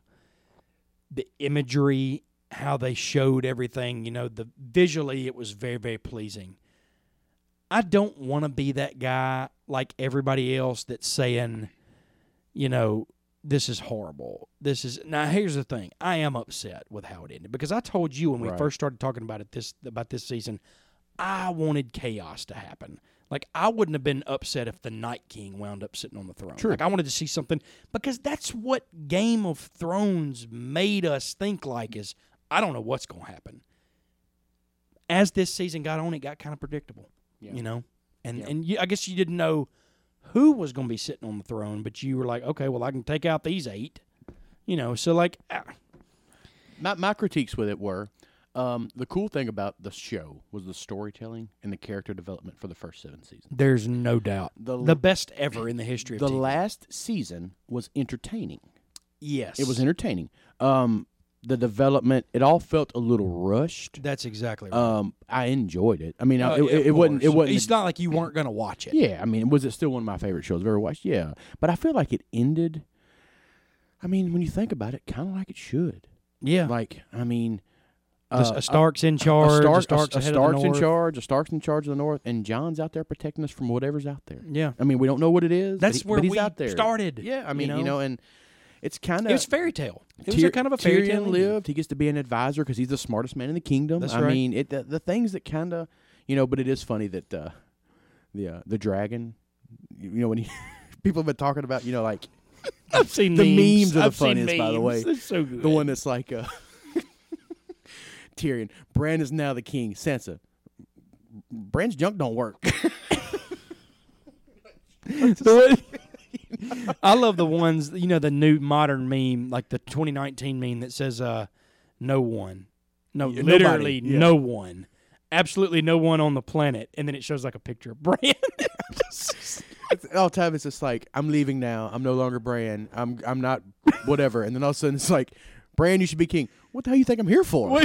Speaker 2: the imagery, how they showed everything, you know, the visually it was very very pleasing. I don't want to be that guy like everybody else that's saying, you know, this is horrible. This is now. Here's the thing: I am upset with how it ended because I told you when we
Speaker 3: Right.
Speaker 2: first started talking about it this about this season, I wanted chaos to happen. Like I wouldn't have been upset if the Night King wound up sitting on the throne.
Speaker 3: Sure.
Speaker 2: Like I wanted to see something because that's what Game of Thrones made us think like is I don't know what's going to happen. As this season got on, it got kind of predictable.
Speaker 3: Yeah.
Speaker 2: You know, and
Speaker 3: Yeah.
Speaker 2: and you, I guess you didn't know who was going to be sitting on the throne, but you were like, okay, well I can take out these eight. You know, so like, ah,
Speaker 3: My, my critiques with it were um, the cool thing about the show was the storytelling and the character development for the first seven seasons.
Speaker 2: there's no doubt
Speaker 3: The-
Speaker 2: the, best ever in the history of
Speaker 3: The
Speaker 2: TV.
Speaker 3: last season was entertaining.
Speaker 2: yes,
Speaker 3: It was entertaining. Um, the development, it all felt a little rushed.
Speaker 2: That's exactly right.
Speaker 3: Um, I enjoyed it. I mean, I
Speaker 2: Uh,
Speaker 3: it, it,
Speaker 2: of
Speaker 3: wasn't. It
Speaker 2: course.
Speaker 3: wasn't.
Speaker 2: It's not like you weren't going to watch it.
Speaker 3: yeah, I mean, was it still one of my favorite shows I've ever watched? Yeah, but I feel like it ended. I mean, when you think about it, kind of like it should.
Speaker 2: Yeah,
Speaker 3: Like, I mean,
Speaker 2: The-
Speaker 3: uh,
Speaker 2: a Stark's in charge. A,
Speaker 3: Stark-
Speaker 2: Stark's,
Speaker 3: a
Speaker 2: ahead of the
Speaker 3: Stark's in
Speaker 2: North.
Speaker 3: charge. A Stark's in charge of the North, and John's out there protecting us from whatever's out there.
Speaker 2: Yeah,
Speaker 3: I mean, we don't know what it is. but
Speaker 2: That's
Speaker 3: he-
Speaker 2: where
Speaker 3: but he's
Speaker 2: we
Speaker 3: out there.
Speaker 2: started,
Speaker 3: Yeah, I
Speaker 2: you
Speaker 3: mean, you know,
Speaker 2: know?
Speaker 3: and it's kind of
Speaker 2: it was fairy tale. It was a kind of a fairy
Speaker 3: Tyrion
Speaker 2: tale. ending.
Speaker 3: lived. He gets to be an advisor because he's the smartest man in the kingdom.
Speaker 2: That's
Speaker 3: I
Speaker 2: right.
Speaker 3: mean, it the, the things that kind of you know, but it is funny that uh, the uh, the dragon, you know, when he people have been talking about, you know, like
Speaker 2: I've seen
Speaker 3: the memes, are the
Speaker 2: I've seen
Speaker 3: funniest, by the
Speaker 2: memes.
Speaker 3: way.
Speaker 2: They're so good.
Speaker 3: The one that's like uh, Tyrion. Bran is now the king. Sansa. Bran's junk don't work.
Speaker 2: The one- I love the ones you know the new modern meme, like the 2019 meme that says, uh, "No one, no,
Speaker 3: Yeah, nobody,
Speaker 2: literally
Speaker 3: yeah.
Speaker 2: no one, absolutely no one on the planet," and then it shows like a picture of Bran.
Speaker 3: It's- all the time it's just like I'm leaving now. I'm no longer Bran. I'm I'm not whatever. And then all of a sudden it's like Bran, you should be king. What the hell you think I'm here for?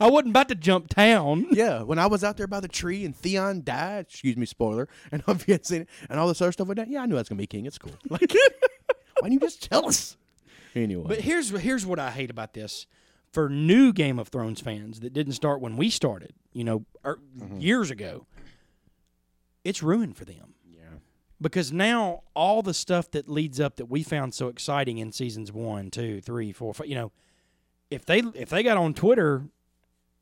Speaker 2: I wasn't about to jump town.
Speaker 3: Yeah, when I was out there by the tree and Theon died, excuse me, spoiler, and if you had seen it, and all this other stuff like that, yeah, I knew I was gonna be king. It's cool. Like, why don't you just tell us? Anyway,
Speaker 2: But here's here's what I hate about this for new Game of Thrones fans that didn't start when we started, you know, or years ago. It's ruined for them
Speaker 3: yeah,
Speaker 2: because now all the stuff that leads up that we found so exciting in seasons one, two, three, four, five, you know, if they if they got on Twitter,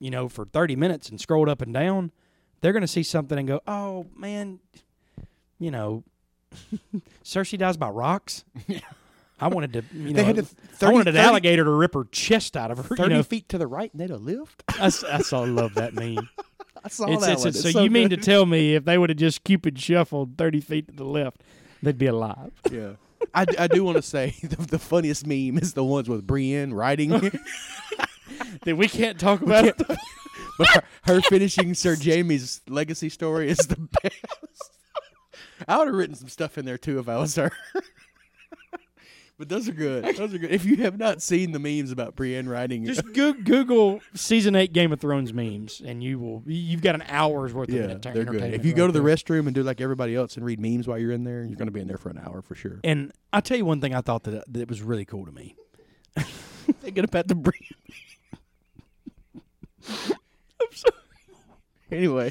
Speaker 2: you know, for thirty minutes and scrolled up and down, they're gonna see something and go, oh man, you know, Cersei dies by rocks. I wanted to, you know,
Speaker 3: They had to
Speaker 2: I wanted an
Speaker 3: 30
Speaker 2: alligator to rip her chest out of her.
Speaker 3: thirty
Speaker 2: you know.
Speaker 3: feet to the right, and they'd have lived.
Speaker 2: I, s- I so love that meme.
Speaker 3: I saw
Speaker 2: It's-
Speaker 3: that
Speaker 2: it's-
Speaker 3: one.
Speaker 2: it's-
Speaker 3: It's
Speaker 2: so, you mean to
Speaker 3: good.
Speaker 2: tell me if they would have just Cupid shuffled thirty feet to the left, they'd be alive?
Speaker 3: yeah. I, d- I do want to say the, the funniest meme is the ones with Brienne writing,
Speaker 2: Then we can't talk about it.
Speaker 3: but her, her finishing Sir Jamie's legacy story is the best. I would have written some stuff in there too if I was her. but those are good. Those are good. If you have not seen the memes about Brienne writing,
Speaker 2: Just go- Google season eight Game of Thrones memes, and you will you've got an hour's worth of
Speaker 3: yeah,
Speaker 2: enter-
Speaker 3: they're good.
Speaker 2: entertainment
Speaker 3: If you go
Speaker 2: right
Speaker 3: to the
Speaker 2: there.
Speaker 3: restroom and do like everybody else and read memes while you're in there, you're going to be in there for an hour for sure.
Speaker 2: and I'll tell you one thing I thought that that was really cool to me.
Speaker 3: Thinking about the Brienne. I'm sorry. Anyway,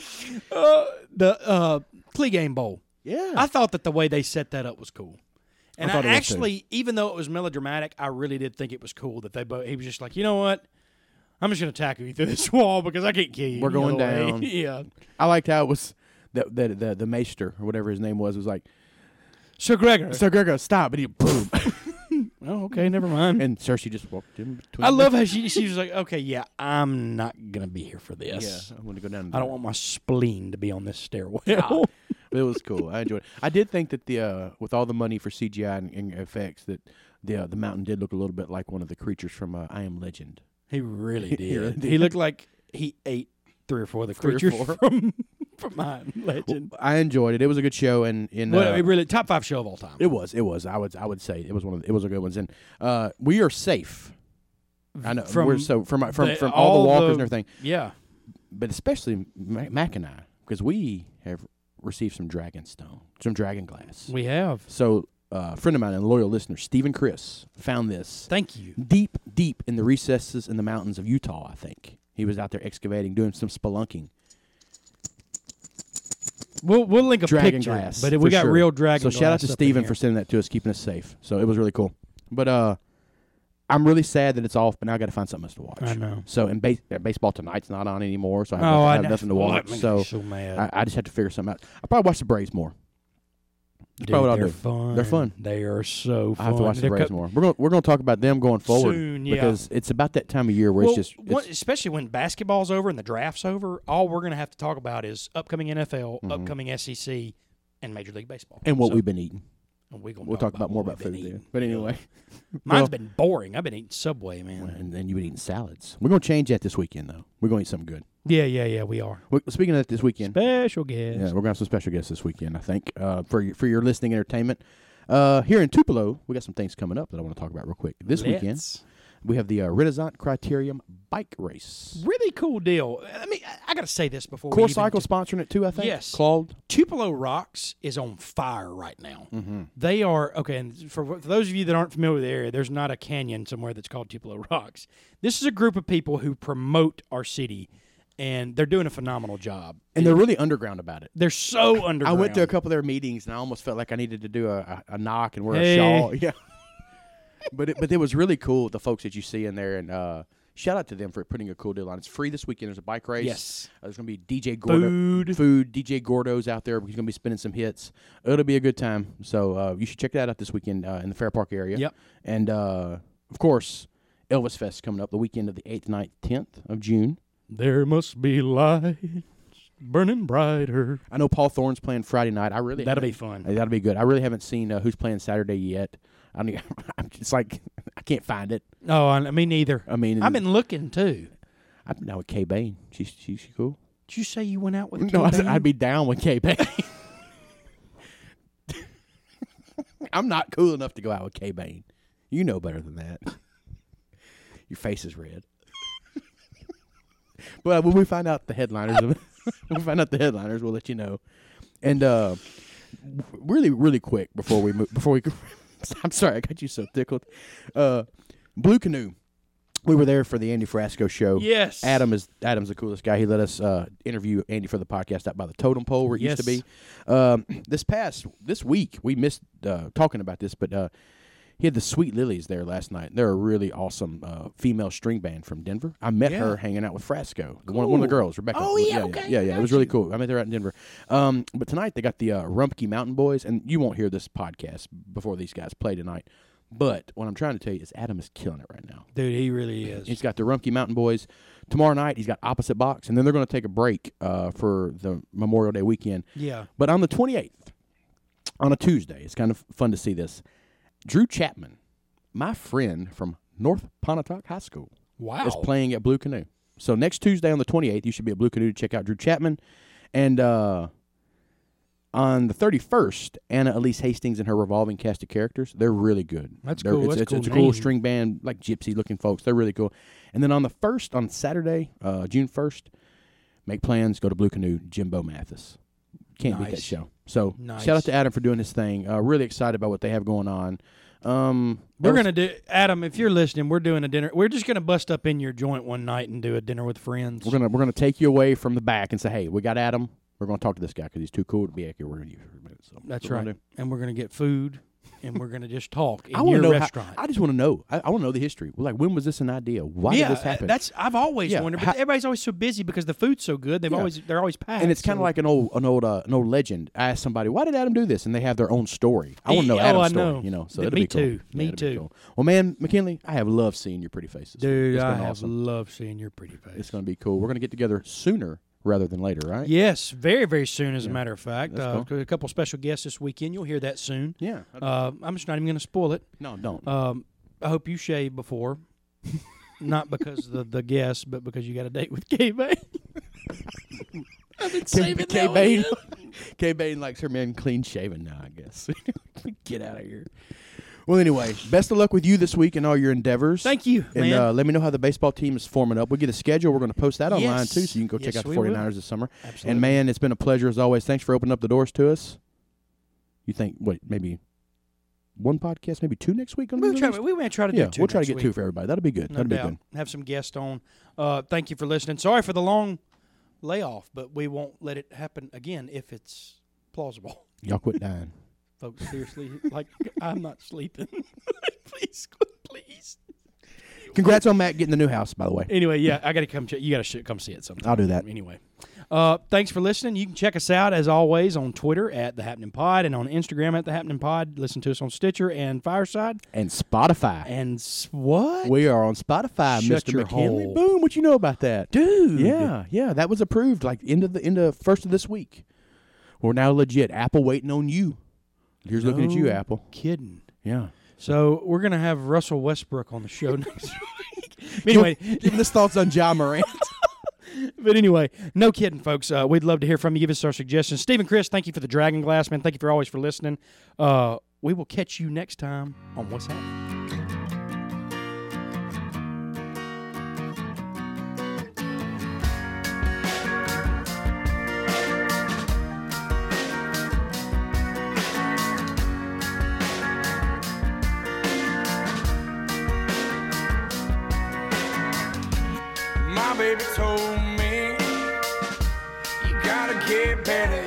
Speaker 2: The uh, Clee Game Bowl.
Speaker 3: yeah.
Speaker 2: I thought that the way they set that up was cool. And I,
Speaker 3: thought it was too.
Speaker 2: actually, even though it was melodramatic, I really did think it was cool that they both. He was just like, you know what, I'm just gonna tackle you through this wall because I can't kill you.
Speaker 3: We're
Speaker 2: any
Speaker 3: going
Speaker 2: other way."
Speaker 3: down.
Speaker 2: yeah,
Speaker 3: I liked how it was that the, the the Maester or whatever his name was was like
Speaker 2: Sir Gregor.
Speaker 3: Sir Gregor stop and he boom
Speaker 2: oh, okay, never mind.
Speaker 3: and Cersei just walked in between.
Speaker 2: I love how she she was like, okay, yeah, I'm not gonna be here for
Speaker 3: the,
Speaker 2: this.
Speaker 3: Yeah, I'm gonna go down.
Speaker 2: I don't want my spleen to be on this stairwell.
Speaker 3: But it was cool. I enjoyed. it. I did think that the uh, with all the money for CGI and, and effects that the uh, the mountain did look a little bit like one of the creatures from uh, I Am Legend.
Speaker 2: He really did.
Speaker 3: He
Speaker 2: he,
Speaker 3: really
Speaker 2: looked like he ate three or four of the
Speaker 3: Three or
Speaker 2: creatures
Speaker 3: four.
Speaker 2: from from my legend.
Speaker 3: I enjoyed it. It was a good show and in.
Speaker 2: Well,
Speaker 3: uh,
Speaker 2: it really top five show of all time.
Speaker 3: it was. It was. I would. I would say it was one of. The, it was a good ones. And uh, we are safe. I know.
Speaker 2: From
Speaker 3: we're so from uh, from
Speaker 2: the-
Speaker 3: from all the
Speaker 2: all
Speaker 3: walkers
Speaker 2: the-
Speaker 3: and everything.
Speaker 2: yeah.
Speaker 3: but especially Mac, Mac and I, because we have received some dragon stone, some dragon glass.
Speaker 2: We have.
Speaker 3: So uh, a friend of mine and loyal listener, Stephen Chris, found this
Speaker 2: Thank you.
Speaker 3: deep, deep in the recesses and the mountains of Utah. I think he was out there excavating, doing some spelunking.
Speaker 2: We'll we'll link a
Speaker 3: Dragon
Speaker 2: picture,
Speaker 3: glass,
Speaker 2: but if
Speaker 3: for
Speaker 2: we got
Speaker 3: sure.
Speaker 2: real dragon.
Speaker 3: so shout out
Speaker 2: glass
Speaker 3: to
Speaker 2: up in
Speaker 3: Stephen
Speaker 2: here.
Speaker 3: for sending that to us, keeping us safe. So it was really cool. But uh, I'm really sad that it's off, but now I got to find something else to watch.
Speaker 2: I know.
Speaker 3: So and base, uh, baseball tonight's not on anymore, so I have,
Speaker 2: Oh,
Speaker 3: nothing,
Speaker 2: I
Speaker 3: I have
Speaker 2: know.
Speaker 3: nothing to
Speaker 2: Oh, that
Speaker 3: watch.
Speaker 2: makes
Speaker 3: so
Speaker 2: me so mad.
Speaker 3: I, I just have to figure something out. I probably watch the Braves more.
Speaker 2: Dude,
Speaker 3: probably what I'll
Speaker 2: they're
Speaker 3: do.
Speaker 2: fun.
Speaker 3: They're fun.
Speaker 2: They are so fun.
Speaker 3: I have to watch the
Speaker 2: They're
Speaker 3: Braves
Speaker 2: co-
Speaker 3: more. We're going we're going to talk about them going forward
Speaker 2: Soon, yeah.
Speaker 3: because it's about that time of year where
Speaker 2: Well,
Speaker 3: it's just it's,
Speaker 2: what- especially when basketball's over and the draft's over, all we're going to have to talk about is upcoming NFL,
Speaker 3: Mm-hmm.
Speaker 2: upcoming SEC, and Major League Baseball.
Speaker 3: and what
Speaker 2: So,
Speaker 3: we've been eating.
Speaker 2: and we gonna
Speaker 3: We'll talk about more
Speaker 2: what
Speaker 3: about
Speaker 2: we've
Speaker 3: food
Speaker 2: been
Speaker 3: then.
Speaker 2: eating.
Speaker 3: But anyway,
Speaker 2: Mine's
Speaker 3: Well-
Speaker 2: been boring. I've been eating Subway, man.
Speaker 3: and then you've been eating salads. We're going to change that this weekend though. We're going to eat something good.
Speaker 2: Yeah, yeah, yeah. We are
Speaker 3: We- Speaking of that, this weekend,
Speaker 2: special guest.
Speaker 3: Yeah, we're gonna have some special guests this weekend, I think, uh, for your, for your listening entertainment. Uh, here in Tupelo, we got some things coming up that I want to talk about real quick. This weekend,
Speaker 2: Let's.
Speaker 3: we have the uh, Renaissance Criterium Bike Race.
Speaker 2: really cool deal. I mean, I- I got to say this before. we
Speaker 3: Core
Speaker 2: even
Speaker 3: Cycle sponsoring it too, I think.
Speaker 2: Yes.
Speaker 3: Claude.
Speaker 2: Tupelo Rocks is on fire right now.
Speaker 3: Mm-hmm.
Speaker 2: They are okay. And for, for those of you that aren't familiar with the area, there's not a canyon somewhere that's called Tupelo Rocks. This is a group of people who promote our city, and they're doing a phenomenal job.
Speaker 3: And they're really underground about it.
Speaker 2: They're so
Speaker 3: I
Speaker 2: underground.
Speaker 3: went to a couple of their meetings and I almost felt like I needed to do a, a, a knock and wear
Speaker 2: Hey.
Speaker 3: a shawl. Yeah. but it, but it was really cool the folks that you see in there and uh, shout out to them for putting a cool deal on. It's free this weekend. There's a bike race.
Speaker 2: Yes.
Speaker 3: Uh, there's gonna be DJ Gordo
Speaker 2: Food.
Speaker 3: food. DJ Gordo's out there. He's gonna be spinning some hits. It'll be a good time. So uh, you should check that out this weekend uh, in the Fair Park area.
Speaker 2: Yep.
Speaker 3: And uh, of course, Elvis Fest coming up the weekend of the eighth, 9th, tenth of June.
Speaker 2: There must be lights burning brighter.
Speaker 3: I know Paul Thorne's playing Friday night. I really
Speaker 2: That'll be
Speaker 3: Hey,
Speaker 2: fun.
Speaker 3: that'll be good. I really haven't seen uh, who's playing Saturday yet. I mean, I'm just like I can't find it.
Speaker 2: Oh, I, me neither.
Speaker 3: Uh, I mean,
Speaker 2: I've been looking too.
Speaker 3: I'm now with K Bane. She's she's she cool.
Speaker 2: Did you say you went out with?
Speaker 3: No, I
Speaker 2: T-Bane?
Speaker 3: said I'd be down with K Bane. I'm not cool enough to go out with K Bane. You know better than that. Your face is red. but when we find out the headliners, of- when we find out the headliners, we'll let you know. And uh, really, really quick before we move, before we, I'm sorry, I got you so tickled. Uh, Blue Canoe, we were there for the Andy Frasco show.
Speaker 2: Yes.
Speaker 3: Adam is Adam's the coolest guy. He let us uh, interview Andy for the podcast out by the totem pole where it used to
Speaker 2: Yes.
Speaker 3: be. Um, this past this week we missed uh, talking about this, but uh, he had the Sweet Lilies there last night. They're a really awesome uh, female string band from Denver. I met
Speaker 2: Yeah.
Speaker 3: her hanging out with Frasco, the one, one of the
Speaker 2: Cool.
Speaker 3: girls, Rebecca.
Speaker 2: Oh, yeah, okay,
Speaker 3: yeah, yeah. It was
Speaker 2: gotcha.
Speaker 3: really cool. I met her out in Denver. Um, but tonight they got the uh, Rumpke Mountain Boys, and you won't hear this podcast before these guys play tonight. But what I'm trying to tell you is Adam is killing it right now.
Speaker 2: Dude, he really is.
Speaker 3: He's got the Rumpke Mountain Boys tomorrow night. He's got Opposite Box, and then they're going to take a break uh, for the Memorial Day weekend.
Speaker 2: yeah.
Speaker 3: But on the 28th, on a Tuesday, it's kind of fun to see this. Drew Chapman, my friend from North Pontotoc High School,
Speaker 2: Wow.
Speaker 3: is playing at Blue Canoe. So next Tuesday on the 28th, you should be at Blue Canoe to check out Drew Chapman. And uh, on the 31st, Anna Elise Hastings and her revolving cast of characters, they're really good.
Speaker 2: That's
Speaker 3: They're-
Speaker 2: cool.
Speaker 3: It's,
Speaker 2: That's
Speaker 3: it's,
Speaker 2: cool
Speaker 3: it's a cool
Speaker 2: name.
Speaker 3: string band, like gypsy looking folks. They're really cool. And then on the 1st, on Saturday, uh, June 1st, make plans, go to Blue Canoe, Jimbo Mathis. Can't beat
Speaker 2: Nice.
Speaker 3: that show. So
Speaker 2: Nice.
Speaker 3: shout out to Adam for doing his thing. Uh, really excited about what they have going on. Um,
Speaker 2: We're
Speaker 3: Ellis-
Speaker 2: gonna do Adam. If you're listening, we're doing a dinner. We're just gonna bust up in your joint one night and do a dinner with friends.
Speaker 3: We're gonna we're gonna take you away from the back and say, hey, we got Adam. We're gonna talk to this guy because he's too cool to be accurate. We're gonna use him for a minute. So
Speaker 2: That's
Speaker 3: what we're
Speaker 2: right.
Speaker 3: gonna do.
Speaker 2: And we're gonna get food, and we're gonna just talk in
Speaker 3: I want
Speaker 2: your
Speaker 3: to know. how-
Speaker 2: restaurant.
Speaker 3: I just want to know. I, I want to know the history. Like, when was this an idea? Why
Speaker 2: yeah,
Speaker 3: did this happen?
Speaker 2: that's I've always
Speaker 3: Yeah,
Speaker 2: wondered. But
Speaker 3: how-
Speaker 2: everybody's always so busy because the food's so good. They've
Speaker 3: Yeah.
Speaker 2: always they're always packed.
Speaker 3: and it's kind of
Speaker 2: so-
Speaker 3: like an old an old uh, an old legend. I asked somebody, why did Adam do this? And they have their own story. I want to know
Speaker 2: Yeah, oh,
Speaker 3: Adam's
Speaker 2: I
Speaker 3: story.
Speaker 2: know.
Speaker 3: You know, so
Speaker 2: Th-
Speaker 3: it'll
Speaker 2: me
Speaker 3: be cool.
Speaker 2: too.
Speaker 3: Yeah,
Speaker 2: Me
Speaker 3: it'll be
Speaker 2: too.
Speaker 3: cool. Well, man, McKinley, I have loved seeing your pretty faces,
Speaker 2: dude.
Speaker 3: It's
Speaker 2: I
Speaker 3: been
Speaker 2: have
Speaker 3: awesome.
Speaker 2: loved seeing your pretty face.
Speaker 3: It's gonna be cool. We're gonna get together sooner rather than later, right?
Speaker 2: Yes, very very soon. As a matter of fact,
Speaker 3: That's
Speaker 2: uh, a couple special guests this weekend. You'll hear that soon.
Speaker 3: Yeah.
Speaker 2: Uh, I'm just not even gonna spoil it.
Speaker 3: no, don't.
Speaker 2: Um, I hope you shave before, not because of the the guest, but because you got a date with K Bay.
Speaker 3: K K Bane. K Bane likes her men clean shaven now, I guess. Get out of here. Well, anyway, best of luck with you this week and all your endeavors.
Speaker 2: Thank you,
Speaker 3: And
Speaker 2: man.
Speaker 3: uh, let me know how the baseball team is forming up. We get a schedule. We're going to post that online
Speaker 2: Yes.
Speaker 3: too, so you can go
Speaker 2: Yes,
Speaker 3: check out the
Speaker 2: we will.
Speaker 3: 49ers this summer.
Speaker 2: Absolutely.
Speaker 3: And man, it's been a pleasure as always. Thanks for opening up the doors to us. You think what? Maybe one podcast, maybe two next week. gonna be
Speaker 2: We'll try,
Speaker 3: released?
Speaker 2: we may try to
Speaker 3: yeah,
Speaker 2: do two.
Speaker 3: we'll try to
Speaker 2: next
Speaker 3: get
Speaker 2: week.
Speaker 3: two for everybody. That'll be good.
Speaker 2: No
Speaker 3: That'll
Speaker 2: doubt.
Speaker 3: be good.
Speaker 2: Have some guests on. Uh, thank you for listening. Sorry for the long layoff, but we won't let it happen again if it's plausible.
Speaker 3: Y'all quit dying.
Speaker 2: Folks, seriously, like I'm not sleeping. please, please.
Speaker 3: Congrats on Matt getting the new house, by the way.
Speaker 2: Anyway, yeah, I got to come. Check, you got to sh- come see it sometime.
Speaker 3: I'll do that.
Speaker 2: Anyway, uh, thanks for listening. You can check us out as always on Twitter at the Happening Pod and on Instagram at the Happening Pod. Listen to us on Stitcher and Fireside.
Speaker 3: And Spotify.
Speaker 2: And s- what?
Speaker 3: We are on Spotify,
Speaker 2: Shut
Speaker 3: Mr.
Speaker 2: your
Speaker 3: McKinley.
Speaker 2: hole.
Speaker 3: Boom! What you know about that,
Speaker 2: Dude.
Speaker 3: Yeah, yeah, that was approved like end of the end of first of this week. We're now legit. Apple waiting on you. Here's looking at you,
Speaker 2: No
Speaker 3: Apple.
Speaker 2: Kidding.
Speaker 3: Yeah.
Speaker 2: So we're gonna have Russell Westbrook on the show next week. anyway,
Speaker 3: giving us thoughts on John Morant.
Speaker 2: but anyway, no kidding, folks. Uh, we'd love to hear from you. Give us our suggestions. Steve and Chris, thank you for the Dragon Glass, man. Thank you for always for listening. Uh, we will catch you next time on What's Happening.
Speaker 4: My baby told me you gotta get better